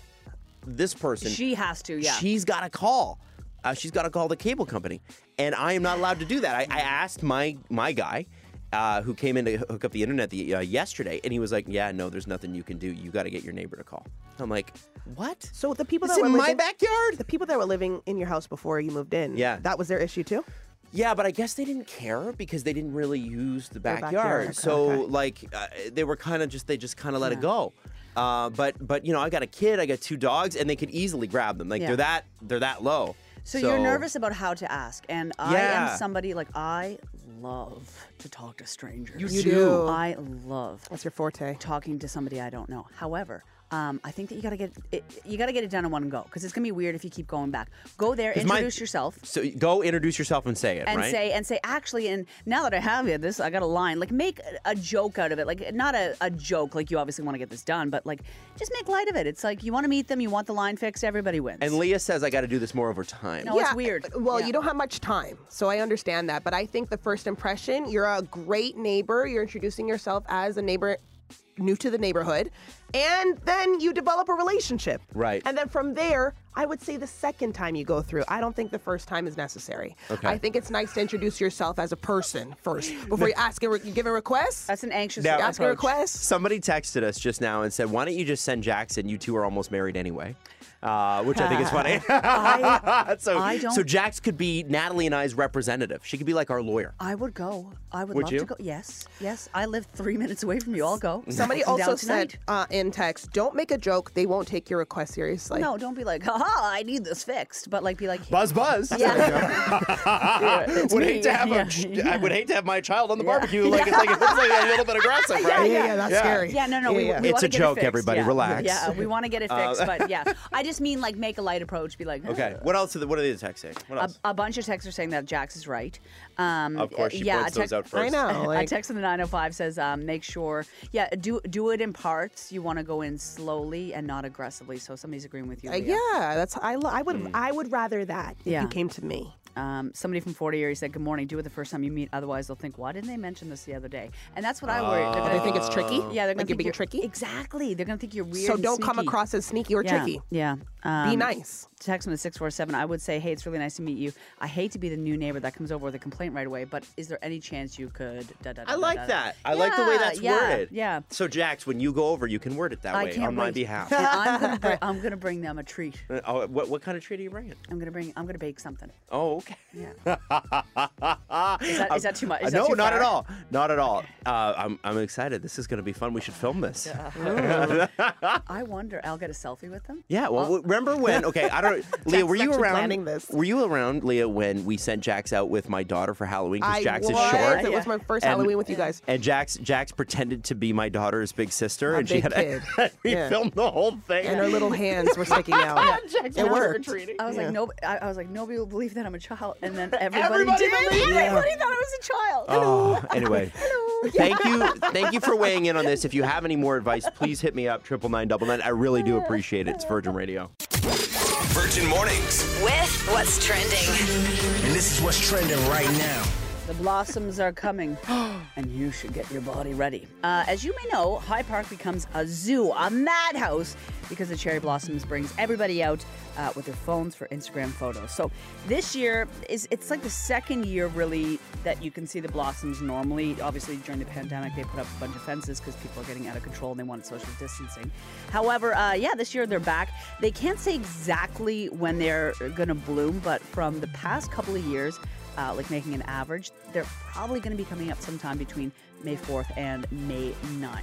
Speaker 7: this person
Speaker 6: She has to, yeah.
Speaker 7: she's got a call. Uh, she's got to call the cable company, and I am not allowed to do that. I, I asked my my guy, uh, who came in to hook up the internet the, uh, yesterday, and he was like, "Yeah, no, there's nothing you can do. You got to get your neighbor to call." I'm like, "What?
Speaker 8: So the people
Speaker 7: It's
Speaker 8: that were
Speaker 7: in my
Speaker 8: living-
Speaker 7: backyard?
Speaker 8: The people that were living in your house before you moved in,
Speaker 7: Yeah.
Speaker 8: that was their issue too.
Speaker 7: Yeah, but I guess they didn't care because they didn't really use the backyard.
Speaker 8: backyard, okay.
Speaker 7: So
Speaker 8: Okay.
Speaker 7: like, uh, they were kind of just they just kind of let it go. Uh, but but you know, I got a kid, I got two dogs, and they could easily grab them. Like
Speaker 6: Yeah.
Speaker 7: they're that they're that low.
Speaker 6: So, you're nervous about how to ask, and I
Speaker 7: Yeah.
Speaker 6: am somebody like I love to talk to strangers.
Speaker 7: You You do. do.
Speaker 6: I love
Speaker 8: That's your forte.
Speaker 6: talking to somebody I don't know. However, um, I think that you gotta get it, you gotta get it done in one go because it's gonna be weird if you keep going back. Go there,
Speaker 7: 'Cause my-
Speaker 6: introduce yourself.
Speaker 7: So go introduce yourself and say it,
Speaker 6: and
Speaker 7: right?
Speaker 6: say and say actually and now that i have you this i got a line like make a- a joke out of it like not a, a joke like you obviously want to get this done but like just make light of it it's like you want to meet them you want the line fixed everybody wins
Speaker 7: and Leah says I got to do this more over time.
Speaker 6: No. Oh, it's weird.
Speaker 8: uh, Well,
Speaker 6: Yeah.
Speaker 8: you don't have much time, so I understand that. But I think the first impression, you're a great neighbor. You're introducing yourself as a neighbor new to the neighborhood, and then you develop a relationship.
Speaker 7: Right.
Speaker 8: And then from there, I would say the second time you go through. I don't think the first time is necessary.
Speaker 7: Okay.
Speaker 8: I think it's nice to introduce yourself as a person first before you ask and re- you give a request.
Speaker 6: that's an anxious
Speaker 7: Now-
Speaker 8: Ask a
Speaker 6: approach.
Speaker 8: request.
Speaker 7: Somebody texted us just now and said, "Why don't you just send Jackson? You two are almost married anyway," uh, which I think is funny.
Speaker 6: I-
Speaker 7: so,
Speaker 6: I don't-
Speaker 7: so Jax could be Natalie and I's representative. She could be like our lawyer.
Speaker 6: i would go i would,
Speaker 7: Would
Speaker 6: love
Speaker 7: you?
Speaker 6: to go yes yes i live three minutes away from you i'll go
Speaker 8: Somebody
Speaker 6: I'm down
Speaker 8: also
Speaker 6: tonight.
Speaker 8: said uh, in text, "Don't make a joke. They won't take your request seriously."
Speaker 6: no don't be like haha i need this fixed but like be like
Speaker 7: Buzz, buzz.
Speaker 6: yeah
Speaker 7: would
Speaker 6: me,
Speaker 7: hate to
Speaker 6: yeah,
Speaker 7: have a-
Speaker 6: yeah,
Speaker 7: I would hate to have my child on the barbecue. Like it's like it's like a little bit aggressive, right?
Speaker 8: yeah, yeah, that's scary.
Speaker 6: Yeah, no, no, we,
Speaker 8: Yeah, yeah.
Speaker 6: we
Speaker 7: It's
Speaker 6: wanna
Speaker 7: a
Speaker 6: get it
Speaker 7: joke,
Speaker 6: fixed,
Speaker 7: everybody,
Speaker 6: yeah.
Speaker 7: relax. Uh,
Speaker 6: Yeah, we want to get it fixed, but yeah, I just mean like make a light approach. Be like,
Speaker 7: Okay. What else? Are the, what are the texts saying? What
Speaker 6: a,
Speaker 7: else?
Speaker 6: a bunch of texts are saying that Jax is right. Um,
Speaker 7: of course, she
Speaker 6: yeah,
Speaker 7: points
Speaker 6: a text-
Speaker 7: those out first.
Speaker 8: I know.
Speaker 6: a
Speaker 8: like-
Speaker 6: text in the 905 says, um, make sure, yeah, do do it in parts. You want to go in slowly and not aggressively. So somebody's agreeing with you.
Speaker 8: Uh,
Speaker 6: Leah.
Speaker 8: yeah. that's I. Lo- I would. I would rather that if
Speaker 6: Mm. Yeah.
Speaker 8: you came to me.
Speaker 6: Um, somebody from 40 area said, good morning. Do it the first time you meet. Otherwise, they'll think, why didn't they mention this the other day? And that's what I worry. They're gonna
Speaker 8: Oh. They think it's tricky?
Speaker 6: Yeah, they're going to
Speaker 8: Like you're
Speaker 6: think
Speaker 8: being
Speaker 6: you're-
Speaker 8: tricky?
Speaker 6: Exactly. They're going to think you're weird.
Speaker 8: So
Speaker 6: and
Speaker 8: don't come
Speaker 6: sneaky.
Speaker 8: across as sneaky or
Speaker 6: yeah,
Speaker 8: tricky.
Speaker 6: Yeah.
Speaker 8: Be
Speaker 6: Um,
Speaker 8: nice.
Speaker 6: text from the 647 i would say hey it's really nice to meet you i hate to be the new neighbor that comes over with a complaint right away but is there any chance you could da, da, da,
Speaker 7: I
Speaker 6: da,
Speaker 7: like
Speaker 6: da, da."
Speaker 7: that. I like the way
Speaker 6: Yeah,
Speaker 7: that's
Speaker 6: yeah,
Speaker 7: worded.
Speaker 6: yeah
Speaker 7: So Jax, when you go over, you can word it that
Speaker 6: i
Speaker 7: way
Speaker 6: can't
Speaker 7: on
Speaker 6: wait.
Speaker 7: my behalf.
Speaker 6: And I'm, gonna br- I'm gonna bring them a treat
Speaker 7: Uh, Oh, what, what kind of treat are you bringing?
Speaker 6: i'm gonna bring i'm gonna bake something
Speaker 7: Oh, Coke?
Speaker 6: Is that, is that too much? Is that
Speaker 7: Uh, no,
Speaker 6: too
Speaker 7: not
Speaker 6: far?
Speaker 7: at all. Not at all. Uh, I'm, I'm excited. This is going to be fun. We should film this.
Speaker 6: I wonder. I'll get a selfie with them.
Speaker 7: Yeah.
Speaker 8: Oh.
Speaker 7: Well, w- remember when? Okay, I don't. Leah, were you
Speaker 8: section
Speaker 7: around?
Speaker 8: planning this.
Speaker 7: Were you around, Leah, when we sent Jax out with my daughter for Halloween because
Speaker 8: I
Speaker 7: Jax
Speaker 8: was.
Speaker 7: is short?
Speaker 8: It was my first
Speaker 7: And-
Speaker 8: Halloween with you guys.
Speaker 7: And Jax Jax pretended to be my daughter's big sister,
Speaker 8: My
Speaker 7: and she had
Speaker 8: big kid.
Speaker 7: we
Speaker 8: Yeah.
Speaker 7: filmed the whole thing.
Speaker 8: And her little hands were sticking out. it worked.
Speaker 6: I was
Speaker 8: Yeah.
Speaker 6: like, no. I, I was like, nobody will believe that I'm a child, and then everybody,
Speaker 7: Everybody
Speaker 6: did believe.
Speaker 7: did? Yeah.
Speaker 6: Everybody thought I was a child.
Speaker 7: Oh, anyway.
Speaker 8: Oh,
Speaker 7: Thank you, thank you for weighing in on this. If you have any more advice, please hit me up triple nine double nine. I really do appreciate it. It's Virgin Radio.
Speaker 4: Virgin Mornings.
Speaker 1: With what's trending.
Speaker 3: And this is what's trending right now.
Speaker 6: The blossoms are coming, and you should get your body ready. Uh, as you may know, High Park becomes a zoo, a madhouse, because the cherry blossoms brings everybody out uh, with their phones for Instagram photos. So this year is it's like the second year really that you can see the blossoms normally. Obviously, during the pandemic, they put up a bunch of fences because people are getting out of control and they wanted social distancing. However, uh, yeah, this year they're back. They can't say exactly when they're going to bloom, but from the past couple of years uh, like making an average, they're probably going to be coming up sometime between May 4th and May 9th.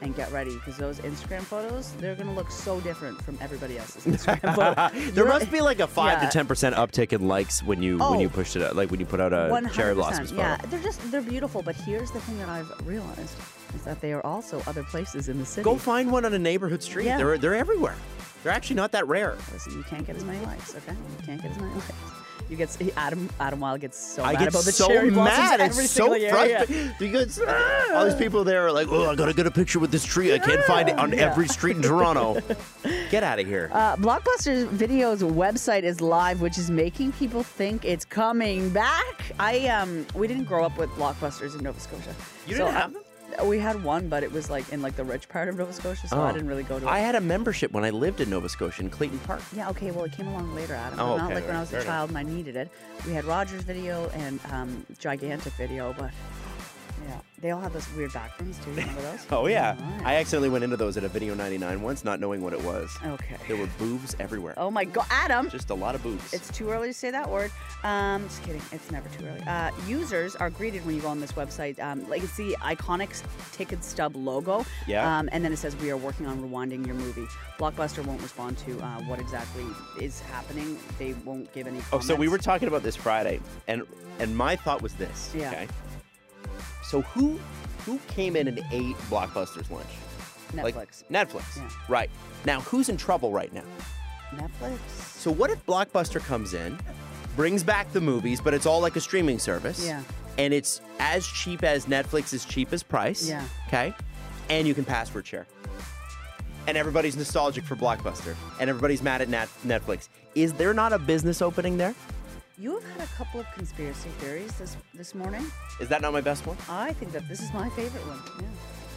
Speaker 6: And get ready because those Instagram photos, they're going to look so different from everybody else's Instagram photo.
Speaker 7: There must be like a five
Speaker 6: yeah.
Speaker 7: to ten percent uptick in likes when you when
Speaker 6: Oh.
Speaker 7: you pushed it out, like when you put out a
Speaker 6: 100%.
Speaker 7: cherry blossoms Uh, photo.
Speaker 6: Yeah, they're just, they're beautiful. But here's the thing that I've realized is that they are also other places in the city.
Speaker 7: Go find one on a neighborhood street.
Speaker 6: Yeah.
Speaker 7: They're they're everywhere. They're actually not that rare.
Speaker 6: Listen, you can't get as many likes, okay? You can't get as many likes. You get Adam. Adam Wild gets so
Speaker 7: I
Speaker 6: mad
Speaker 7: get
Speaker 6: about the
Speaker 7: so
Speaker 6: cherry blossoms
Speaker 7: mad.
Speaker 6: every
Speaker 7: It's so
Speaker 6: single year. yeah.
Speaker 7: frustrating. Because all these people there are like, "Oh, I gotta get a picture with this tree. I can't find it on every street in Toronto." get out of here.
Speaker 6: Uh, Blockbuster Video's website is live, which is making people think it's coming back. I um, we didn't grow up with Blockbusters in Nova Scotia.
Speaker 7: You didn't have
Speaker 6: them. We had one, but it was like in like the rich part of Nova Scotia, so I
Speaker 7: Oh.
Speaker 6: didn't really go to it.
Speaker 7: I had a membership when I lived in Nova Scotia in Clayton Park.
Speaker 6: yeah, okay. Well, it came along later, Adam.
Speaker 7: Oh,
Speaker 6: not
Speaker 7: okay,
Speaker 6: like when I
Speaker 7: right,
Speaker 6: was
Speaker 7: fair
Speaker 6: a
Speaker 7: enough.
Speaker 6: child and I needed it. We had Rogers Video and um, Gigantic Video, but yeah, they all have those weird back rooms too. You remember those?
Speaker 7: Oh yeah,
Speaker 6: Alright.
Speaker 7: I accidentally went into those at a Video 99 once, not knowing what it was.
Speaker 6: Okay.
Speaker 7: There were boobs everywhere.
Speaker 6: Oh my God, Adam!
Speaker 7: Just a lot of boobs.
Speaker 6: It's too early to say that word. Um, just kidding. It's never too early. Uh, users are greeted when you go on this website. Um, like it's the Iconics ticket stub logo.
Speaker 7: Yeah.
Speaker 6: Um, and then it says we are working on rewinding your movie. Blockbuster won't respond to uh, what exactly is happening. They won't give any.
Speaker 7: Oh, so we were
Speaker 6: comments.
Speaker 7: talking about this Friday, and and my thought was this.
Speaker 6: Yeah.
Speaker 7: Okay. So who who came in and ate Blockbuster's lunch?
Speaker 6: Netflix.
Speaker 7: Like, Netflix.
Speaker 6: Yeah.
Speaker 7: Right. Now who's in trouble right now?
Speaker 6: Netflix.
Speaker 7: So what if Blockbuster comes in, brings back the movies, but it's all like a streaming service?
Speaker 6: Yeah.
Speaker 7: And it's as cheap as Netflix's cheapest price.
Speaker 6: Yeah.
Speaker 7: Okay. And you can password share. And everybody's nostalgic for Blockbuster, and everybody's mad at Nat- Netflix. Is there not a business opening there?
Speaker 6: You have had a couple of conspiracy theories this this morning.
Speaker 7: Is that not my best one?
Speaker 6: I think that this is my favorite one. Yeah.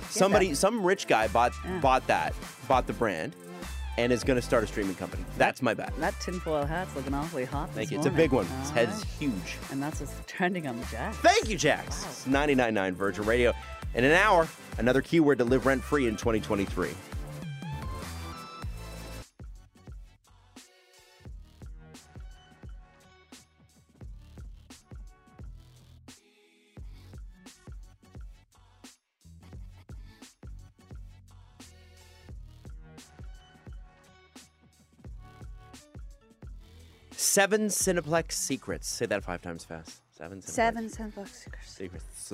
Speaker 7: Somebody,
Speaker 6: Yeah.
Speaker 7: some rich guy bought
Speaker 6: Yeah.
Speaker 7: bought that, bought the brand, and is going to start a streaming company. That's my bet.
Speaker 6: That tinfoil hat's looking awfully hot. this
Speaker 7: Thank you. It's a
Speaker 6: morning.
Speaker 7: big one. His
Speaker 6: All
Speaker 7: head's
Speaker 6: right.
Speaker 7: huge.
Speaker 6: And that's what's trending on the jack.
Speaker 7: Thank you, Jax. It's 99.9 Virgin Radio. In an hour, another keyword to live rent free in 2023. Seven Cineplex secrets. Say that five times fast. Seven. Cineplex
Speaker 6: Seven cent box stickers.
Speaker 7: secrets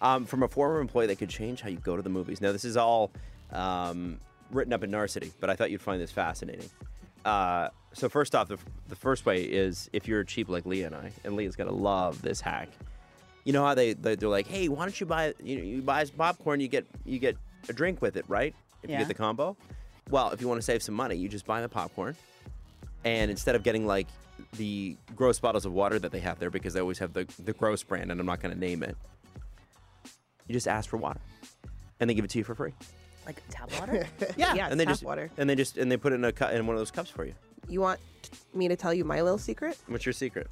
Speaker 7: um, from a former employee that could change how you go to the movies. Now, this is all um, written up in Narcity, but I thought you'd find this fascinating. Uh, so, first off, the, f- the first way is if you're cheap like Leah and I, and Leah's gonna love this hack. You know how they, they they're like, hey, why don't you buy you know, you buy some popcorn, you get you get a drink with it, right? If you
Speaker 6: Yeah.
Speaker 7: get the combo. Well, if you want to save some money, you just buy the popcorn, and instead of getting like the gross bottles of water that they have there because they always have the, the gross brand and I'm not going to name it, you just ask for water and they give it to you for free.
Speaker 6: Like tap water?
Speaker 7: Yeah,
Speaker 8: Yeah,
Speaker 7: and they
Speaker 8: tap
Speaker 7: just
Speaker 8: water.
Speaker 7: and they just and they put it in a cu- in one of those cups for you.
Speaker 8: You want me to tell you my little secret?
Speaker 7: What's your secret?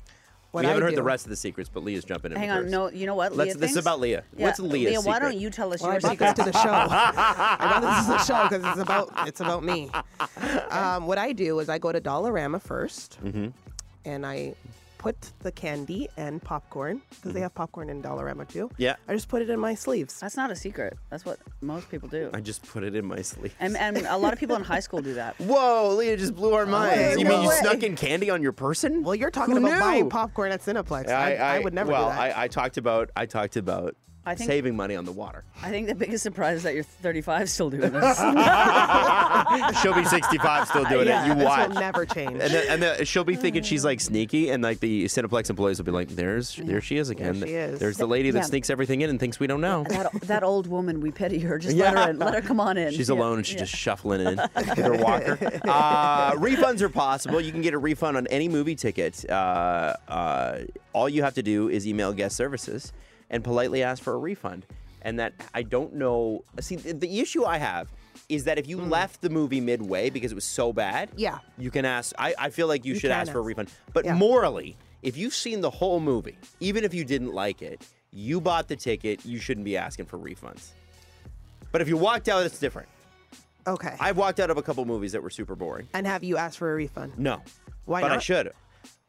Speaker 8: What
Speaker 7: we
Speaker 8: I
Speaker 7: haven't heard the
Speaker 8: do-
Speaker 7: rest of the secrets, but Leah's jumping in.
Speaker 6: Hang
Speaker 7: with
Speaker 6: on,
Speaker 7: hers.
Speaker 6: no, you know what?
Speaker 7: Let's-
Speaker 6: Leah
Speaker 7: this is
Speaker 6: thinks?
Speaker 7: about Leah. What's Leah's
Speaker 6: Leah, why
Speaker 7: secret?
Speaker 6: don't you tell us
Speaker 8: Well, I
Speaker 6: your
Speaker 8: brought
Speaker 6: secret?
Speaker 8: this to the show. I brought this to the show because it's about it's about
Speaker 7: Mm-hmm.
Speaker 8: me. Um, what I do is I go to Dollarama 1st and I put the candy and popcorn, because they have popcorn in Dollarama too.
Speaker 7: Mm-hmm. Yeah.
Speaker 8: I just put it in my sleeves.
Speaker 6: That's not a secret. That's what most people do.
Speaker 7: I just put it in my sleeve.
Speaker 6: And, and a lot of people in high school do that.
Speaker 7: Whoa, Leah just blew our minds.
Speaker 8: yeah,
Speaker 7: Oh, you
Speaker 8: no
Speaker 7: mean you
Speaker 8: way.
Speaker 7: snuck in candy on your person?
Speaker 8: Well, you're talking
Speaker 7: Who
Speaker 8: about
Speaker 7: knew?
Speaker 8: buying popcorn at Cineplex. I, I would never
Speaker 7: well,
Speaker 8: do that.
Speaker 7: I, I talked about I talked about
Speaker 6: I think-
Speaker 7: saving money on the water.
Speaker 6: I think the biggest surprise is that you're 35 still doing this.
Speaker 7: She'll be 65 still doing
Speaker 8: yeah,
Speaker 7: it. You
Speaker 8: this
Speaker 7: watch.
Speaker 8: will never change.
Speaker 7: And, then, and then she'll be thinking she's like sneaky, and like the Cineplex employees will be like, "There's, there she is again.
Speaker 8: she is.
Speaker 7: There's the lady that
Speaker 6: Yeah.
Speaker 7: sneaks everything in and thinks we don't know.
Speaker 6: that, that old woman, we pity her. Just let her in. Let her come on in.
Speaker 7: She's
Speaker 6: Yeah.
Speaker 7: alone. and She's just shuffling in with her walker. Uh, refunds are possible. You can get a refund on any movie ticket. Uh, uh, all you have to do is email guest services and politely ask for a refund. And that I don't know. See, the, the issue I have is that if you left the movie midway because it was so bad,
Speaker 8: Yeah.
Speaker 7: you can ask. I, I feel like you, should
Speaker 8: can
Speaker 7: ask for a
Speaker 8: ask.
Speaker 7: refund. But
Speaker 8: Yeah.
Speaker 7: morally, if you've seen the whole movie, even if you didn't like it, you bought the ticket. You shouldn't be asking for refunds. But if you walked out, it's different.
Speaker 8: okay.
Speaker 7: I've walked out of a couple movies that were super boring.
Speaker 8: and have you asked for a refund?
Speaker 7: No.
Speaker 8: Why
Speaker 7: but I
Speaker 8: not?
Speaker 7: should.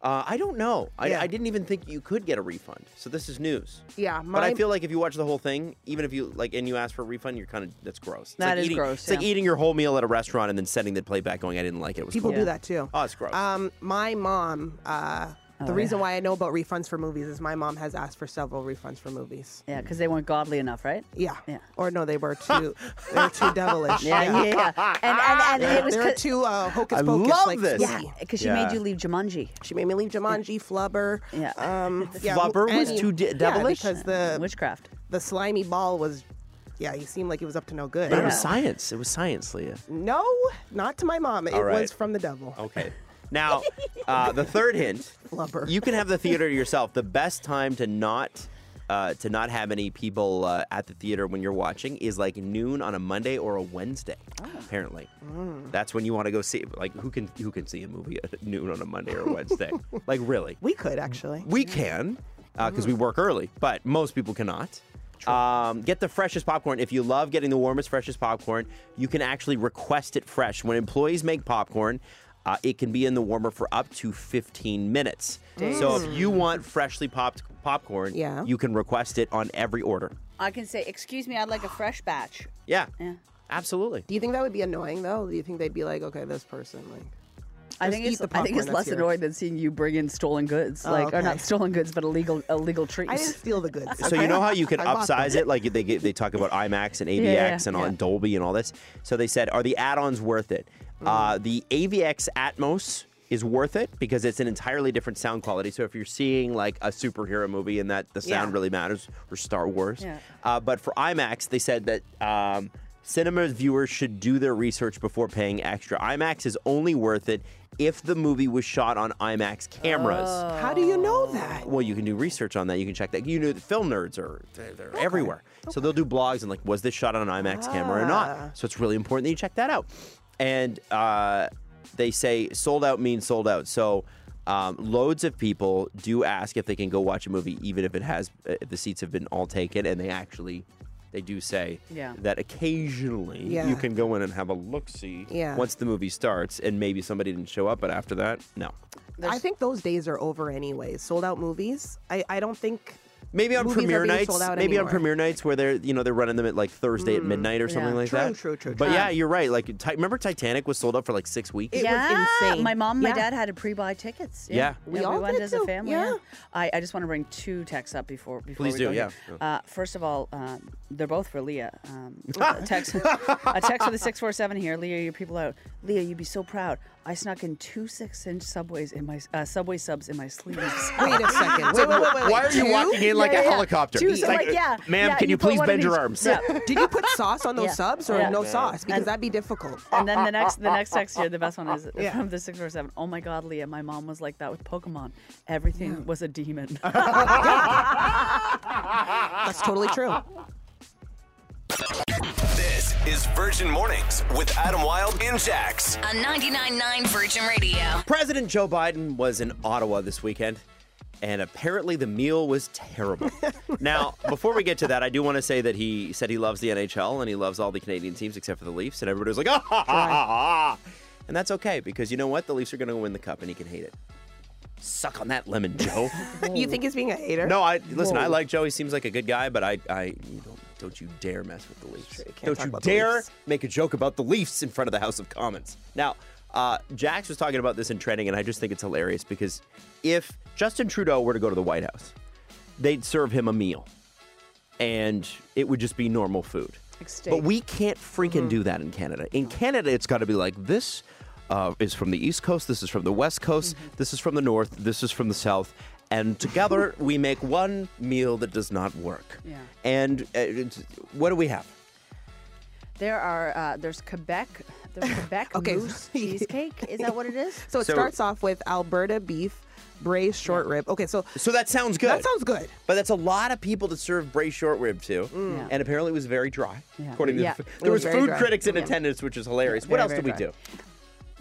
Speaker 7: Uh, I don't know. I,
Speaker 8: Yeah.
Speaker 7: I didn't even think you could get a refund. So this is news.
Speaker 8: Yeah,
Speaker 7: But I
Speaker 8: mine-
Speaker 7: feel like if you watch the whole thing, even if you like and you ask for a refund, you're kind of that's gross. It's
Speaker 6: That
Speaker 7: like
Speaker 6: is
Speaker 7: eating,
Speaker 6: gross,
Speaker 7: It's like
Speaker 6: yeah.
Speaker 7: eating your whole meal at a restaurant and then sending the playback going, I didn't like it. it was
Speaker 8: People
Speaker 7: gross."
Speaker 8: do that too.
Speaker 7: Oh, it's gross. Oh,
Speaker 8: Um, my mom. Uh, the reason why I know about refunds for movies is my mom has asked for several refunds for movies.
Speaker 6: Yeah, because they weren't godly enough, right?
Speaker 8: Yeah.
Speaker 6: Yeah.
Speaker 8: Or no, they were too. they were too devilish.
Speaker 6: Yeah, yeah, yeah. And, and, and it was
Speaker 8: They were
Speaker 6: because
Speaker 8: too uh, hocus
Speaker 7: I
Speaker 8: pocus.
Speaker 7: love
Speaker 8: like,
Speaker 7: this.
Speaker 8: spooky.
Speaker 6: she
Speaker 7: Yeah.
Speaker 6: made you leave Jumanji.
Speaker 8: She made me leave Jumanji, Flubber.
Speaker 6: Yeah.
Speaker 8: Um, yeah,
Speaker 7: Flubber was
Speaker 8: and-
Speaker 7: too de-
Speaker 8: yeah,
Speaker 7: devilish?
Speaker 8: because the
Speaker 6: Witchcraft.
Speaker 8: the slimy ball was. Yeah, he seemed like he was up to no good.
Speaker 7: but it was
Speaker 6: yeah.
Speaker 7: science. It was science, Leah.
Speaker 8: No, not to my mom. It
Speaker 7: right. Oh.
Speaker 8: was from the devil.
Speaker 7: Okay. Now, uh, the third hint.
Speaker 8: Flubber.
Speaker 7: You can have the theater to yourself. The best time to not uh, to not have any people uh, at the theater when you're watching is like noon on a Monday or a Wednesday. Apparently, that's when you want to go see. Like, who can who can see a movie at noon on a Monday or a Wednesday? like, really?
Speaker 8: We could actually.
Speaker 7: We can, because we work early, but most people cannot. Um, get the freshest popcorn. If you love getting the warmest, freshest popcorn, you can actually request it fresh. When employees make popcorn, uh, it can be in the warmer for up to 15 minutes. So if you want freshly popped popcorn,
Speaker 8: Yeah.
Speaker 7: you can request it on every order.
Speaker 6: I can say, excuse me, I'd like a fresh batch.
Speaker 7: Yeah.
Speaker 6: Yeah.
Speaker 7: Absolutely.
Speaker 8: Do you think that would be annoying though? Do you think they'd be like, okay, this person like?
Speaker 6: I
Speaker 8: Just
Speaker 6: think
Speaker 8: eat
Speaker 6: it's
Speaker 8: the
Speaker 6: I think
Speaker 8: popcorn
Speaker 6: it's
Speaker 8: that's
Speaker 6: less
Speaker 8: yours. Oh,
Speaker 6: annoying than seeing you bring in stolen goods, like or
Speaker 8: okay.
Speaker 6: not stolen goods, but illegal illegal treats.
Speaker 8: I didn't steal the goods.
Speaker 7: So you know how you can
Speaker 8: I bought them.
Speaker 7: upsize it, like they get, they talk about IMAX and AVX
Speaker 6: yeah,
Speaker 7: and, all,
Speaker 6: yeah.
Speaker 7: and Dolby and all this. So they said, are the add-ons worth it? Uh, the AVX Atmos is worth it because it's an entirely different sound quality. So if you're seeing like a superhero movie and that the sound
Speaker 8: Yeah.
Speaker 7: really matters, or Star Wars.
Speaker 6: Yeah.
Speaker 7: Uh, but for IMAX, they said that um, cinema viewers should do their research before paying extra. IMAX is only worth it if the movie was shot on IMAX cameras.
Speaker 8: How do you know that?
Speaker 7: Well, you can do research on that. You can check that. You know, the film nerds are they're, they're everywhere, so they'll do blogs and like, was this shot on an IMAX camera or
Speaker 8: Ah.
Speaker 7: not? So it's really important that you check that out. And uh, they say sold out means sold out. So um, loads of people do ask if they can go watch a movie, even if it has uh, if the seats have been all taken, and they actually. They do say
Speaker 6: Yeah.
Speaker 7: that occasionally
Speaker 8: Yeah.
Speaker 7: you can go in and have a look see
Speaker 8: Yeah.
Speaker 7: once the movie starts, and maybe somebody didn't show up, but after that, no.
Speaker 8: I think those days are over anyways. Sold out movies. I, I don't think.
Speaker 7: Maybe on
Speaker 8: movies are
Speaker 7: premiere
Speaker 8: being
Speaker 7: nights.
Speaker 8: sold out
Speaker 7: Maybe on
Speaker 8: anymore.
Speaker 7: premiere nights where they're you know they're running them at like Thursday at midnight or something
Speaker 6: Mm, Yeah.
Speaker 7: like
Speaker 8: True,
Speaker 7: that.
Speaker 8: true, true,
Speaker 7: But
Speaker 8: true.
Speaker 7: yeah, you're right. Like ti- remember Titanic was sold out for like six weeks.
Speaker 8: It was
Speaker 6: yeah,
Speaker 8: insane.
Speaker 6: my mom, and my
Speaker 8: Yeah.
Speaker 6: dad had to pre-buy tickets.
Speaker 7: Yeah.
Speaker 8: We all
Speaker 6: went
Speaker 8: did
Speaker 6: as
Speaker 8: too.
Speaker 6: a family.
Speaker 8: Yeah.
Speaker 6: I, I just want to bring two texts up before before
Speaker 7: Please
Speaker 6: we
Speaker 7: do,
Speaker 6: go
Speaker 7: yeah.
Speaker 6: here. Uh, first of all, um, they're both for Leah. Um, a text a text for the six four seven here. Leah, your people out. Leah, you'd be so proud. I snuck in two six inch subways in my uh, subway subs in my sleeves.
Speaker 8: Wait a second. Wait, wait, wait, wait.
Speaker 7: Why are you
Speaker 8: Two?
Speaker 7: walking in like
Speaker 6: Yeah,
Speaker 7: a
Speaker 6: yeah.
Speaker 7: helicopter?
Speaker 6: Two, so like, yeah,
Speaker 7: ma'am,
Speaker 6: yeah,
Speaker 7: can you,
Speaker 6: put
Speaker 7: please
Speaker 6: one
Speaker 7: bend
Speaker 6: in
Speaker 7: your
Speaker 6: each-
Speaker 7: arms?
Speaker 6: Yeah.
Speaker 8: Did you put sauce on those
Speaker 6: Yeah.
Speaker 8: subs or
Speaker 6: Yeah.
Speaker 8: no sauce? Because
Speaker 6: And-
Speaker 8: that'd be difficult.
Speaker 6: And then the next the next text here, the best one is
Speaker 8: Yeah.
Speaker 6: from the six or seven. Oh my god, Leah, my mom was like that with Pokemon. Everything was a demon.
Speaker 8: That's totally true.
Speaker 4: This is Virgin Mornings with Adam Wilde and Jax.
Speaker 1: On 99.9 Virgin Radio.
Speaker 7: President Joe Biden was in Ottawa this weekend, and apparently the meal was terrible. now, before we get to that, I do want to say that he said he loves the NHL and he loves all the Canadian teams except for the Leafs, and everybody was like, ah, ha, ha, ha, ha. And that's okay because you know what? The Leafs are going to win the cup, and he can hate it. Suck on that lemon, Joe.
Speaker 8: You think he's being a hater?
Speaker 7: no, I listen. I like Joe. He seems like a good guy, but I, I you don't, don't you dare mess with the Leafs.
Speaker 8: you can't
Speaker 7: Don't
Speaker 8: talk
Speaker 7: you
Speaker 8: about the
Speaker 7: dare
Speaker 8: Leafs.
Speaker 7: make a joke about the Leafs in front of the House of Commons. Now, uh, Jax was talking about this in trending, and I just think it's hilarious because if Justin Trudeau were to go to the White House, they'd serve him a meal, and it would just be normal food.
Speaker 6: Like steak.
Speaker 7: But we can't freaking
Speaker 6: Mm-hmm.
Speaker 7: do that in Canada. In Canada, it's got to be like this uh, is from the East Coast, this is from the West Coast,
Speaker 6: Mm-hmm.
Speaker 7: this is from the North, this is from the South. And together we make one meal that does not work.
Speaker 6: Yeah.
Speaker 7: And uh, it's- what do we have?
Speaker 6: There are uh, there's Quebec there's Quebec
Speaker 8: Okay.
Speaker 6: moose cheesecake. Is that what it is?
Speaker 8: So it
Speaker 7: So-
Speaker 8: starts off with Alberta beef, braised short rib. Okay, so
Speaker 7: So that sounds good.
Speaker 8: that sounds good.
Speaker 7: But that's a lot of people to serve Bray short rib to.
Speaker 6: Yeah.
Speaker 7: And apparently it was very dry,
Speaker 6: Yeah.
Speaker 7: according to
Speaker 6: Yeah.
Speaker 7: the,
Speaker 6: It
Speaker 7: There
Speaker 8: was
Speaker 7: was,
Speaker 8: very
Speaker 7: food
Speaker 8: dry.
Speaker 7: critics in attendance, which is hilarious.
Speaker 6: Yeah,
Speaker 7: what
Speaker 6: very,
Speaker 7: else did we
Speaker 6: very
Speaker 7: do?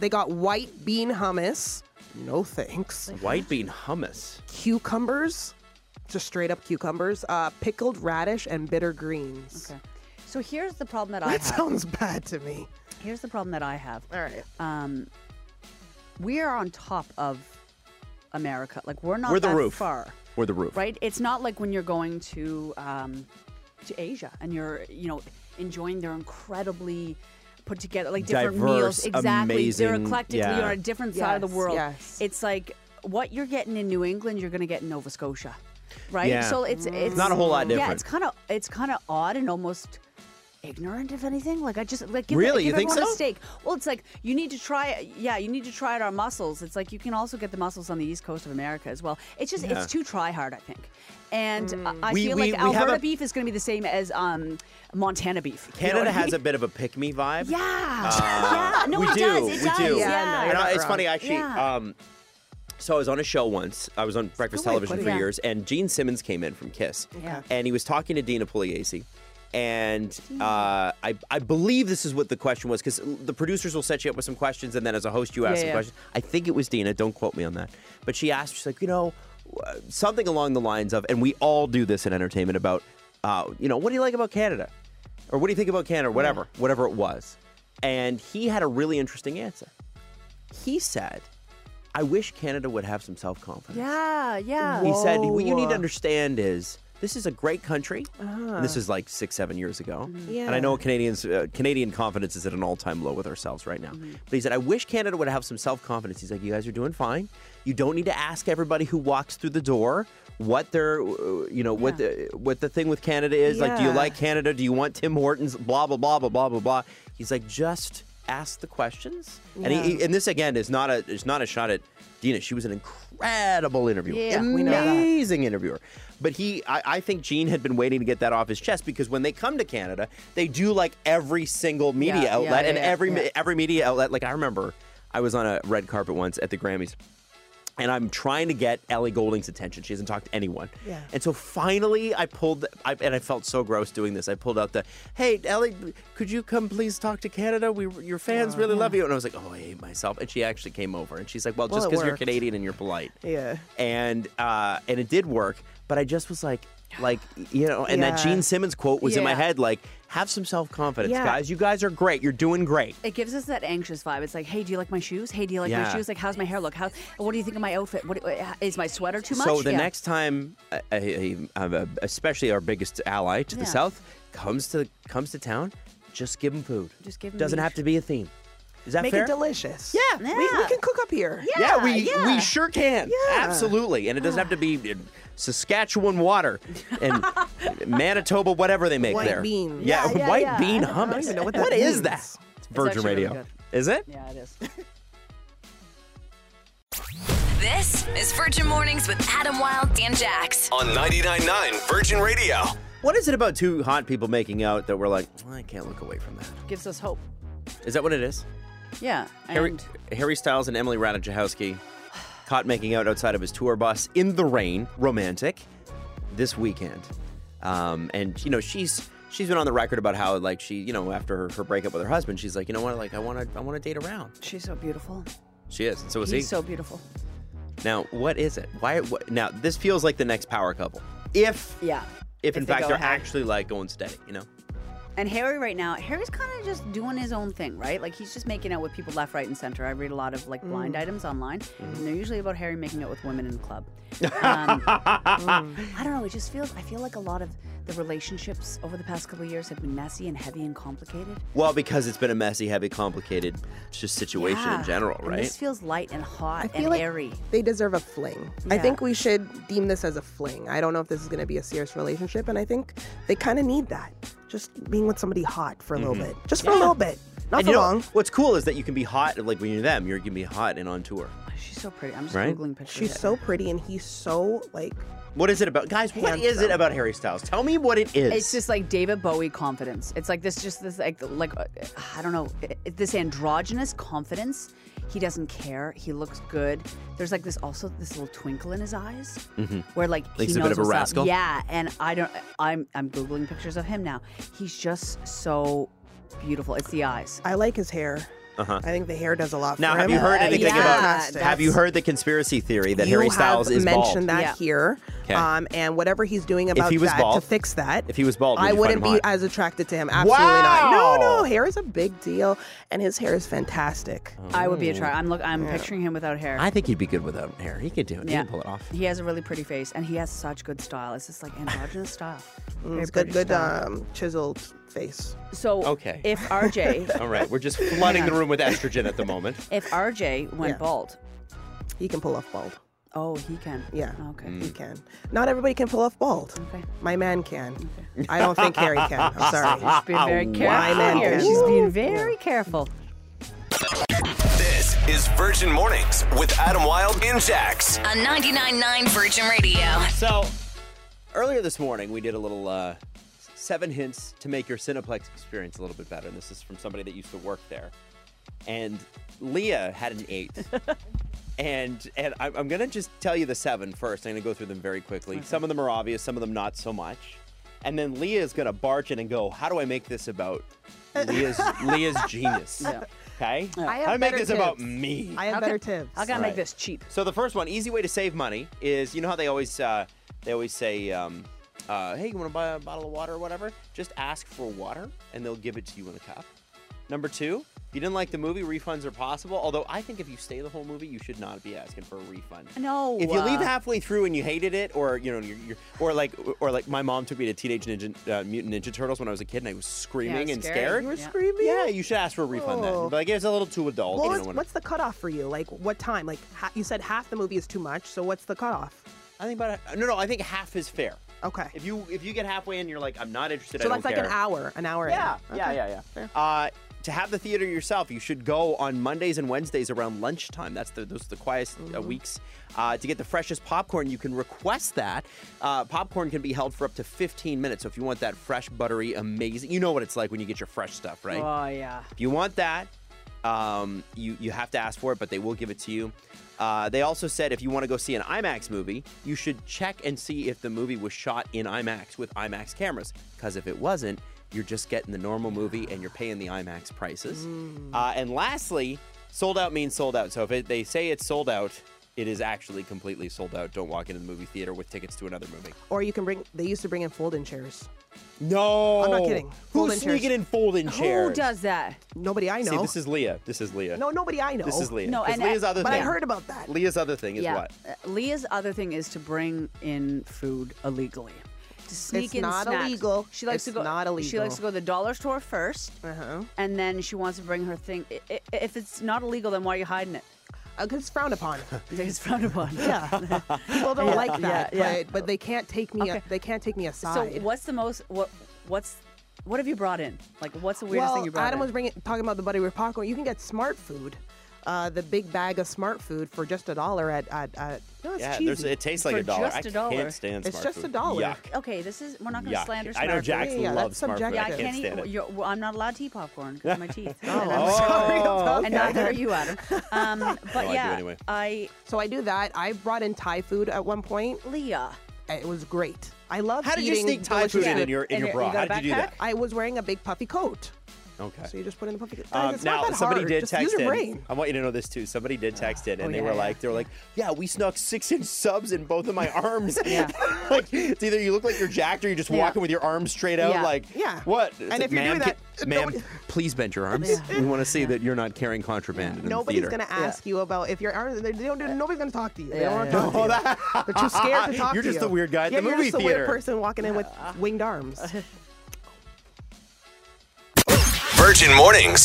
Speaker 8: They got white bean hummus. No thanks.
Speaker 7: White bean hummus.
Speaker 8: Cucumbers, just straight up cucumbers, uh, pickled radish, and bitter greens.
Speaker 6: Okay. So here's the problem that I
Speaker 8: That
Speaker 6: have.
Speaker 8: sounds bad to me.
Speaker 6: Here's the problem that I have.
Speaker 8: All right.
Speaker 6: Um, we are on top of America. Like we're not
Speaker 7: We're the
Speaker 6: that
Speaker 7: roof.
Speaker 6: far.
Speaker 7: Or the roof.
Speaker 6: right? It's not like when you're going to um, to Asia and you're you know enjoying their incredibly put together like different meals.
Speaker 7: Diverse,
Speaker 6: Exactly, they're
Speaker 7: amazing-
Speaker 6: eclectic.
Speaker 7: yeah.
Speaker 6: You're on a different side of the
Speaker 8: Yes,
Speaker 6: world.
Speaker 8: yes.
Speaker 6: It's like what you're getting in New England, you're going to get in Nova Scotia, right?
Speaker 7: Yeah.
Speaker 6: So it's it's
Speaker 7: Not a whole lot
Speaker 6: Yeah,
Speaker 7: different.
Speaker 6: it's kind of it's kind of odd and almost. Ignorant, if anything, like I just like give,
Speaker 7: Really?
Speaker 6: give
Speaker 7: You think
Speaker 6: everyone a
Speaker 7: so?
Speaker 6: steak. Well, it's like you need to try. it. Yeah, you need to try it our mussels. It's like you can also get the mussels on the east coast of America as well. It's just
Speaker 7: Yeah. Mm.
Speaker 6: it's too try hard, I think. And I I
Speaker 7: We-
Speaker 6: feel
Speaker 7: we-
Speaker 6: like
Speaker 7: we have
Speaker 6: Alberta
Speaker 7: a-
Speaker 6: beef is going to be the same as um, Montana beef. You know
Speaker 7: Canada
Speaker 6: what I
Speaker 7: has a
Speaker 6: mean?
Speaker 7: bit of a pick me vibe.
Speaker 6: Yeah.
Speaker 7: Uh,
Speaker 6: yeah. No,
Speaker 7: we
Speaker 6: it
Speaker 7: do.
Speaker 6: does. It
Speaker 7: we
Speaker 6: does.
Speaker 7: do.
Speaker 6: Yeah.
Speaker 8: Yeah, no,
Speaker 7: And
Speaker 8: you're
Speaker 7: I,
Speaker 8: not
Speaker 7: it's
Speaker 8: wrong.
Speaker 7: funny actually.
Speaker 6: Yeah.
Speaker 7: Um, so I was on a show once. I was on breakfast
Speaker 8: good way of
Speaker 7: television for
Speaker 8: putting it.
Speaker 7: years, and Gene Simmons came in from Kiss,
Speaker 6: Yeah.
Speaker 7: and he was talking to Dina Pugliese. And uh, I, I believe this is what the question was because the producers will set you up with some questions, and then as a host, you
Speaker 6: Yeah,
Speaker 7: ask some
Speaker 6: yeah.
Speaker 7: questions. I think it was Dina. Don't quote me on that. But she asked, she's like, you know, uh, something along the lines of, and we all do this in entertainment about, uh, you know, what do you like about Canada? Or what do you think about Canada? Whatever, whatever it was. And he had a really interesting answer. He said, I wish Canada would have some self confidence.
Speaker 6: Yeah. Yeah.
Speaker 7: He said, What you
Speaker 6: Oh.
Speaker 7: need to understand is this is a great country.
Speaker 6: Uh-huh.
Speaker 7: And This is like six, seven years ago. And I know Canadians, uh, Canadian confidence is at an all time low with ourselves right now.
Speaker 6: Mm-hmm.
Speaker 7: But he said, I wish Canada would have some self confidence. He's like, You guys are doing fine. You don't need to ask everybody who walks through the door what their, uh, you know, what the what the thing with Canada is. Like, do you
Speaker 8: Yeah.
Speaker 7: like Canada? Do you want Tim Hortons? Blah blah blah blah blah blah blah. He's like, just ask the questions. And he, he- and this again is not a it's not a shot at Dina. She was an incredible interviewer,
Speaker 6: Yeah, we know that.
Speaker 7: amazing interviewer. But he, I, I think Gene had been waiting to get that off his chest because when they come to Canada, they do like every single media
Speaker 6: Yeah, yeah,
Speaker 7: outlet
Speaker 6: yeah,
Speaker 7: and
Speaker 6: yeah,
Speaker 7: every
Speaker 6: yeah.
Speaker 7: every media outlet. Like I remember, I was on a red carpet once at the Grammys and I'm trying to get Ellie Golding's attention. She hasn't talked to anyone.
Speaker 8: Yeah.
Speaker 7: And so finally, I pulled, I, and I felt so gross doing this. I pulled out the, hey, Ellie, could you come please talk to Canada? We, your fans really love you. And I was like, oh, I hate myself. And she actually came over, and she's like, well,
Speaker 8: Well,
Speaker 7: just
Speaker 8: it
Speaker 7: because you're
Speaker 8: worked.
Speaker 7: Canadian and you're polite.
Speaker 8: Yeah.
Speaker 7: And uh, and it did work, but I just was like, like you know, and that
Speaker 8: Yeah.
Speaker 7: Gene Simmons quote was in my
Speaker 6: Yeah.
Speaker 7: head, like, have some self confidence,
Speaker 8: Yeah.
Speaker 7: guys. You guys are great. You're doing great.
Speaker 6: It gives us that anxious vibe. It's like, hey, do you like my shoes? Hey, do you like my
Speaker 7: Yeah.
Speaker 6: shoes? Like, how's my hair look? How? What do you think of my outfit? What is my sweater too much?
Speaker 7: So the
Speaker 6: Yeah.
Speaker 7: next time, uh, uh, uh, especially our biggest ally to the
Speaker 6: Yeah.
Speaker 7: south comes to comes to town, just give them food.
Speaker 6: Just give 'em
Speaker 7: Doesn't
Speaker 6: meat.
Speaker 7: have to be a theme. Is that
Speaker 8: Make
Speaker 7: fair?
Speaker 8: it delicious.
Speaker 7: Yeah.
Speaker 8: We, we
Speaker 6: Yeah.
Speaker 8: can cook up here.
Speaker 7: yeah, we
Speaker 6: yeah.
Speaker 7: we sure can. Absolutely, and it doesn't have to be in Saskatchewan water and Manitoba whatever they make
Speaker 8: White
Speaker 7: there.
Speaker 8: bean.
Speaker 7: Yeah,
Speaker 6: Yeah, yeah,
Speaker 7: white
Speaker 6: yeah.
Speaker 7: bean
Speaker 6: I don't- I
Speaker 7: hummus.
Speaker 8: don't even know what
Speaker 7: what
Speaker 8: that
Speaker 7: is
Speaker 8: means.
Speaker 7: that? It's Virgin
Speaker 6: actually really
Speaker 7: Radio.
Speaker 6: good.
Speaker 7: is it?
Speaker 6: Yeah, it is.
Speaker 1: This is Virgin Mornings with Adam Wilde and Jax.
Speaker 4: On 99.9 Virgin Radio.
Speaker 7: What is it about two hot people making out that we're like, "Well, I can't look away from that?
Speaker 6: Gives us hope.
Speaker 7: Is that what it is?
Speaker 6: Yeah.
Speaker 7: Harry,
Speaker 6: and-
Speaker 7: Harry Styles and Emily Ratajkowski caught making out outside of his tour bus in the rain, romantic, this weekend. Um, and you know she's she's been on the record about how like she you know after her, her breakup with her husband, she's like you know what like I want to I want to date around.
Speaker 6: she's so beautiful.
Speaker 7: She is, and so is he.
Speaker 6: He's so beautiful.
Speaker 7: now what is it? Why? What, now this feels like the next power couple. If
Speaker 6: Yeah.
Speaker 7: if in
Speaker 6: they
Speaker 7: fact
Speaker 6: go
Speaker 7: they're
Speaker 6: ahead.
Speaker 7: actually like going steady, you know.
Speaker 6: And Harry right now, Harry's kind of just doing his own thing, right? Like he's just making out with people left, right, and center. I read a lot of like blind
Speaker 8: Mm.
Speaker 6: items online, and they're usually about Harry making out with women in the club. Um,
Speaker 7: Mm.
Speaker 6: I don't know. It just feels. I feel like a lot of the relationships over the past couple of years have been messy and heavy and complicated.
Speaker 7: Well, because it's been a messy, heavy, complicated just situation
Speaker 6: Yeah.
Speaker 7: in general,
Speaker 6: And
Speaker 7: right?
Speaker 6: this feels light and hot
Speaker 8: feel
Speaker 6: and
Speaker 8: like-
Speaker 6: airy.
Speaker 8: They deserve a fling. I
Speaker 6: Yeah.
Speaker 8: think we should deem this as a fling. I don't know if this is going to be a serious relationship, and I think they kind of need that. Just being with somebody hot for a little bit, just for a little bit, not
Speaker 7: and
Speaker 8: for
Speaker 7: you know,
Speaker 8: long.
Speaker 7: what's cool is that you can be hot, like when you're them, you're, you can be hot and on tour.
Speaker 6: She's so pretty. I'm just
Speaker 7: Right?
Speaker 6: googling pictures.
Speaker 8: She's
Speaker 6: of
Speaker 8: so pretty, and he's so like.
Speaker 7: What is it about, guys? What is it
Speaker 8: Handsome.
Speaker 7: about Harry Styles? Tell me what it is.
Speaker 6: It's just like David Bowie confidence. It's like this, just this, like, like uh, I don't know, i- i- this androgynous confidence. He doesn't care. He looks good. There's like this, also this little twinkle in his eyes, where like he
Speaker 7: Mm-hmm. Like
Speaker 6: knows
Speaker 7: he's a bit of a
Speaker 6: what's up.
Speaker 7: rascal?
Speaker 6: Yeah, and I don't. I'm I'm googling pictures of him now. He's just so beautiful. It's the eyes.
Speaker 8: I like his hair. Uh-huh. I think the hair does a lot.
Speaker 7: now,
Speaker 8: for
Speaker 7: have
Speaker 8: him.
Speaker 7: you heard
Speaker 6: Uh,
Speaker 7: anything
Speaker 6: yeah,
Speaker 7: about?
Speaker 6: that's-
Speaker 7: Have you heard the conspiracy theory that Harry Styles
Speaker 8: have
Speaker 7: is
Speaker 8: mentioned
Speaker 7: bald?
Speaker 8: that
Speaker 6: Yeah.
Speaker 8: here.
Speaker 7: 'Kay.
Speaker 8: Um, and whatever he's doing about
Speaker 7: he was
Speaker 8: that
Speaker 7: bald-
Speaker 8: to fix that.
Speaker 7: if he was bald, would
Speaker 8: I
Speaker 7: you find
Speaker 8: wouldn't
Speaker 7: him
Speaker 8: be
Speaker 7: hot?
Speaker 8: as attracted to him. Absolutely not. No,
Speaker 7: Wow. Oh,
Speaker 8: no, hair is a big deal, and his hair is fantastic.
Speaker 6: I would be attracted. I'm look. I'm picturing him without hair.
Speaker 7: I think he'd be good without hair. He could do it. He could pull it off.
Speaker 6: He has a really pretty face, and he has such good style. It's just like androgynous style.
Speaker 7: Mm,
Speaker 6: Very
Speaker 8: It's good,
Speaker 6: British
Speaker 8: good
Speaker 6: style.
Speaker 8: um, chiseled face.
Speaker 6: so
Speaker 7: uh, Okay.
Speaker 6: if RJ
Speaker 7: All right, we're just flooding the room with estrogen at the moment.
Speaker 6: If RJ went
Speaker 8: Yeah.
Speaker 6: bald,
Speaker 8: He can pull off bald.
Speaker 6: oh, he can.
Speaker 8: Yeah.
Speaker 6: Okay.
Speaker 8: He can. Not everybody can pull off bald.
Speaker 6: Okay.
Speaker 8: My man can. I don't think Harry can. I'm sorry.
Speaker 6: Being very careful
Speaker 8: wow.
Speaker 6: here. She's being very careful.
Speaker 4: This is Virgin Mornings with Adam Wilde and Jax.
Speaker 1: On 99.9 Virgin Radio.
Speaker 7: So, earlier this morning, we did a little uh, seven hints to make your Cineplex experience a little bit better. And this is from somebody that used to work there. And Leah had an eight. and and I'm, I'm going to just tell you the seven first. I'm going to go through them very quickly. Some of them are obvious, some of them not so much. And then Leah is going to barge in and go, How do I make this about Leah's, Leah's genius? Okay?
Speaker 8: I have
Speaker 7: How do I make
Speaker 8: better
Speaker 7: this about
Speaker 8: tips.
Speaker 7: me?
Speaker 8: I have better tips.
Speaker 6: I gotta
Speaker 7: Right.
Speaker 6: make this cheap.
Speaker 7: So the first one, easy way to save money is you know how they always uh, they always say, um, uh, "Hey, you want to buy a bottle of water or whatever? Just ask for water, and they'll give it to you in a cup." Number two, if you didn't like the movie, refunds are possible. Although I think if you stay the whole movie, you should not be asking for a refund.
Speaker 6: No,
Speaker 7: If you leave
Speaker 6: uh,
Speaker 7: halfway through and you hated it, or you know, you're, you're, or like, or like, my mom took me to Teenage Ninja uh, Mutant Ninja Turtles when I was a kid, and I was screaming and
Speaker 6: scary.
Speaker 7: scared.
Speaker 6: You were
Speaker 7: yeah.
Speaker 8: screaming?
Speaker 7: you should ask for a refund then.
Speaker 8: Oh.
Speaker 7: You'd be Like it's a little too adult.
Speaker 8: What
Speaker 7: you
Speaker 8: was,
Speaker 7: know, when-
Speaker 8: what's the cutoff for you? Like, what time? Like, ha- you said half the movie is too much. So what's the cutoff?
Speaker 7: I think about no, no. I think half is fair.
Speaker 8: Okay.
Speaker 7: If you if you get halfway in, you're like, I'm not interested.
Speaker 8: so
Speaker 7: I don't
Speaker 8: that's like an
Speaker 7: care."
Speaker 8: hour, an hour. in.
Speaker 7: Yeah, yeah,
Speaker 8: Okay.
Speaker 7: yeah, yeah.
Speaker 8: Fair.
Speaker 7: Uh, to have the theater yourself, you should go on Mondays and Wednesdays around lunchtime. That's the those are the quietest uh,
Speaker 8: Mm-hmm.
Speaker 7: weeks. Uh, to get the freshest popcorn, you can request that. Uh, popcorn can be held for up to 15 minutes. So if you want that fresh, buttery, amazing, you know what it's like when you get your fresh stuff, right?
Speaker 6: Oh yeah.
Speaker 7: If you want that, um, you you have to ask for it, but they will give it to you. Uh, they also said if you want to go see an IMAX movie, you should check and see if the movie was shot in IMAX with IMAX cameras. Because if it wasn't, you're just getting the normal movie and you're paying the IMAX prices. Uh, and lastly, sold out means sold out. So if it, they say it's sold out, it is actually completely sold out. Don't walk into the movie theater with tickets to another movie.
Speaker 8: Or you can bring. They used to bring in folding chairs.
Speaker 7: No,
Speaker 8: I'm not kidding.
Speaker 7: Who's
Speaker 8: Folding chairs.
Speaker 7: sneaking in folding chairs?
Speaker 6: Who does that?
Speaker 8: Nobody I know.
Speaker 7: See, this is Leah. This is Leah.
Speaker 8: no, nobody I know.
Speaker 7: This is Leah.
Speaker 6: No,
Speaker 7: 'Cause
Speaker 6: and I-
Speaker 7: Leah's other
Speaker 8: But I
Speaker 7: thing.
Speaker 8: heard about that.
Speaker 7: Leah's other thing is
Speaker 6: yeah.
Speaker 7: what?
Speaker 6: Uh, Leah's other thing is to bring in food illegally. To sneak
Speaker 8: It's
Speaker 6: in
Speaker 8: not
Speaker 6: snacks.
Speaker 8: illegal.
Speaker 6: She likes
Speaker 8: It's
Speaker 6: to go.
Speaker 8: not
Speaker 6: She likes
Speaker 8: illegal.
Speaker 6: to go to the dollar store first,
Speaker 8: Uh-huh.
Speaker 6: and then she wants to bring her thing. I- I- If it's not illegal, then why are you hiding it?
Speaker 8: Uh, 'cause it's frowned upon.
Speaker 6: It's frowned upon.
Speaker 8: yeah. People don't like that.
Speaker 6: yeah, yeah.
Speaker 8: But, but they can't take me.
Speaker 6: Okay.
Speaker 8: They can't take me
Speaker 6: So
Speaker 8: aside.
Speaker 6: what's the most what what's what have you brought in? Like what's the weirdest
Speaker 8: well,
Speaker 6: thing you brought
Speaker 8: Adam
Speaker 6: in?
Speaker 8: was bringing talking about the buttery popcorn. You can get smart food, uh, the big bag of smart food for just a dollar at at. at no, it's
Speaker 7: Yeah, there's,
Speaker 8: cheesy.
Speaker 7: it tastes like
Speaker 6: For
Speaker 7: a dollar.
Speaker 6: just
Speaker 7: I
Speaker 6: a dollar.
Speaker 7: can't stand
Speaker 8: It's
Speaker 7: smart
Speaker 8: just a
Speaker 7: food.
Speaker 8: dollar.
Speaker 7: Yuck.
Speaker 6: okay, this is we're not going to slander.
Speaker 7: Yuck. I know
Speaker 6: Smart Food.
Speaker 7: Jackson
Speaker 8: Yeah, that's
Speaker 7: loves smart food.
Speaker 8: subjective.
Speaker 6: Yeah,
Speaker 7: I
Speaker 6: I
Speaker 7: can't,
Speaker 6: can't eat.
Speaker 7: stand it.
Speaker 6: You're, well, I'm not allowed to eat popcorn because of my teeth. oh, and,
Speaker 8: I'm
Speaker 6: I'm sorry.
Speaker 8: sorry.
Speaker 7: Oh,
Speaker 6: and neither are you, Adam. Um, but
Speaker 7: do
Speaker 6: yeah,
Speaker 7: anyway.
Speaker 6: I
Speaker 8: So I do that. I brought in Thai food at one point.
Speaker 6: Leah.
Speaker 8: It was great. I love
Speaker 7: How did you
Speaker 8: eating
Speaker 7: sneak Thai
Speaker 8: delicious
Speaker 7: food in,
Speaker 6: food.
Speaker 7: in your in
Speaker 6: And
Speaker 7: your
Speaker 6: you
Speaker 7: bra?
Speaker 6: got
Speaker 7: How
Speaker 6: a
Speaker 7: did you do that?
Speaker 6: backpack?
Speaker 8: I was wearing a big puffy coat.
Speaker 7: Okay.
Speaker 8: So you just put in the pumpkin. Guys,
Speaker 7: Um,
Speaker 8: it's
Speaker 7: now,
Speaker 8: not that
Speaker 7: somebody
Speaker 8: hard.
Speaker 7: did
Speaker 8: just
Speaker 7: text
Speaker 8: use your
Speaker 7: in.
Speaker 8: brain. Oh,
Speaker 7: I want you to know this too. Somebody did text in, and they
Speaker 6: yeah,
Speaker 7: were
Speaker 6: yeah.
Speaker 7: like, they were like, yeah, we snuck six inch subs in both of my arms. like, it's either you look like you're jacked, or you're just
Speaker 6: Yeah.
Speaker 7: walking with your arms straight out.
Speaker 6: Yeah.
Speaker 7: Like,
Speaker 8: Yeah.
Speaker 7: what?
Speaker 8: And
Speaker 7: It's
Speaker 8: if you're
Speaker 7: "Ma'am,
Speaker 8: doing that,
Speaker 7: ca- ma'am,
Speaker 8: nobody-
Speaker 9: Please bend your arms. We want to see that you're not carrying contraband in the
Speaker 8: Nobody's
Speaker 9: theater.
Speaker 8: gonna ask you about if your arms. They don't. Nobody's gonna talk to you. They
Speaker 6: Yeah,
Speaker 8: don't want
Speaker 6: yeah.
Speaker 8: to talk to you. They're too scared to talk
Speaker 7: You're
Speaker 8: to you.
Speaker 7: just the weird guy at
Speaker 8: yeah,
Speaker 7: the
Speaker 8: you're
Speaker 7: movie
Speaker 8: just the
Speaker 7: theater.
Speaker 8: weird person walking in with winged arms.
Speaker 4: Virgin Mornings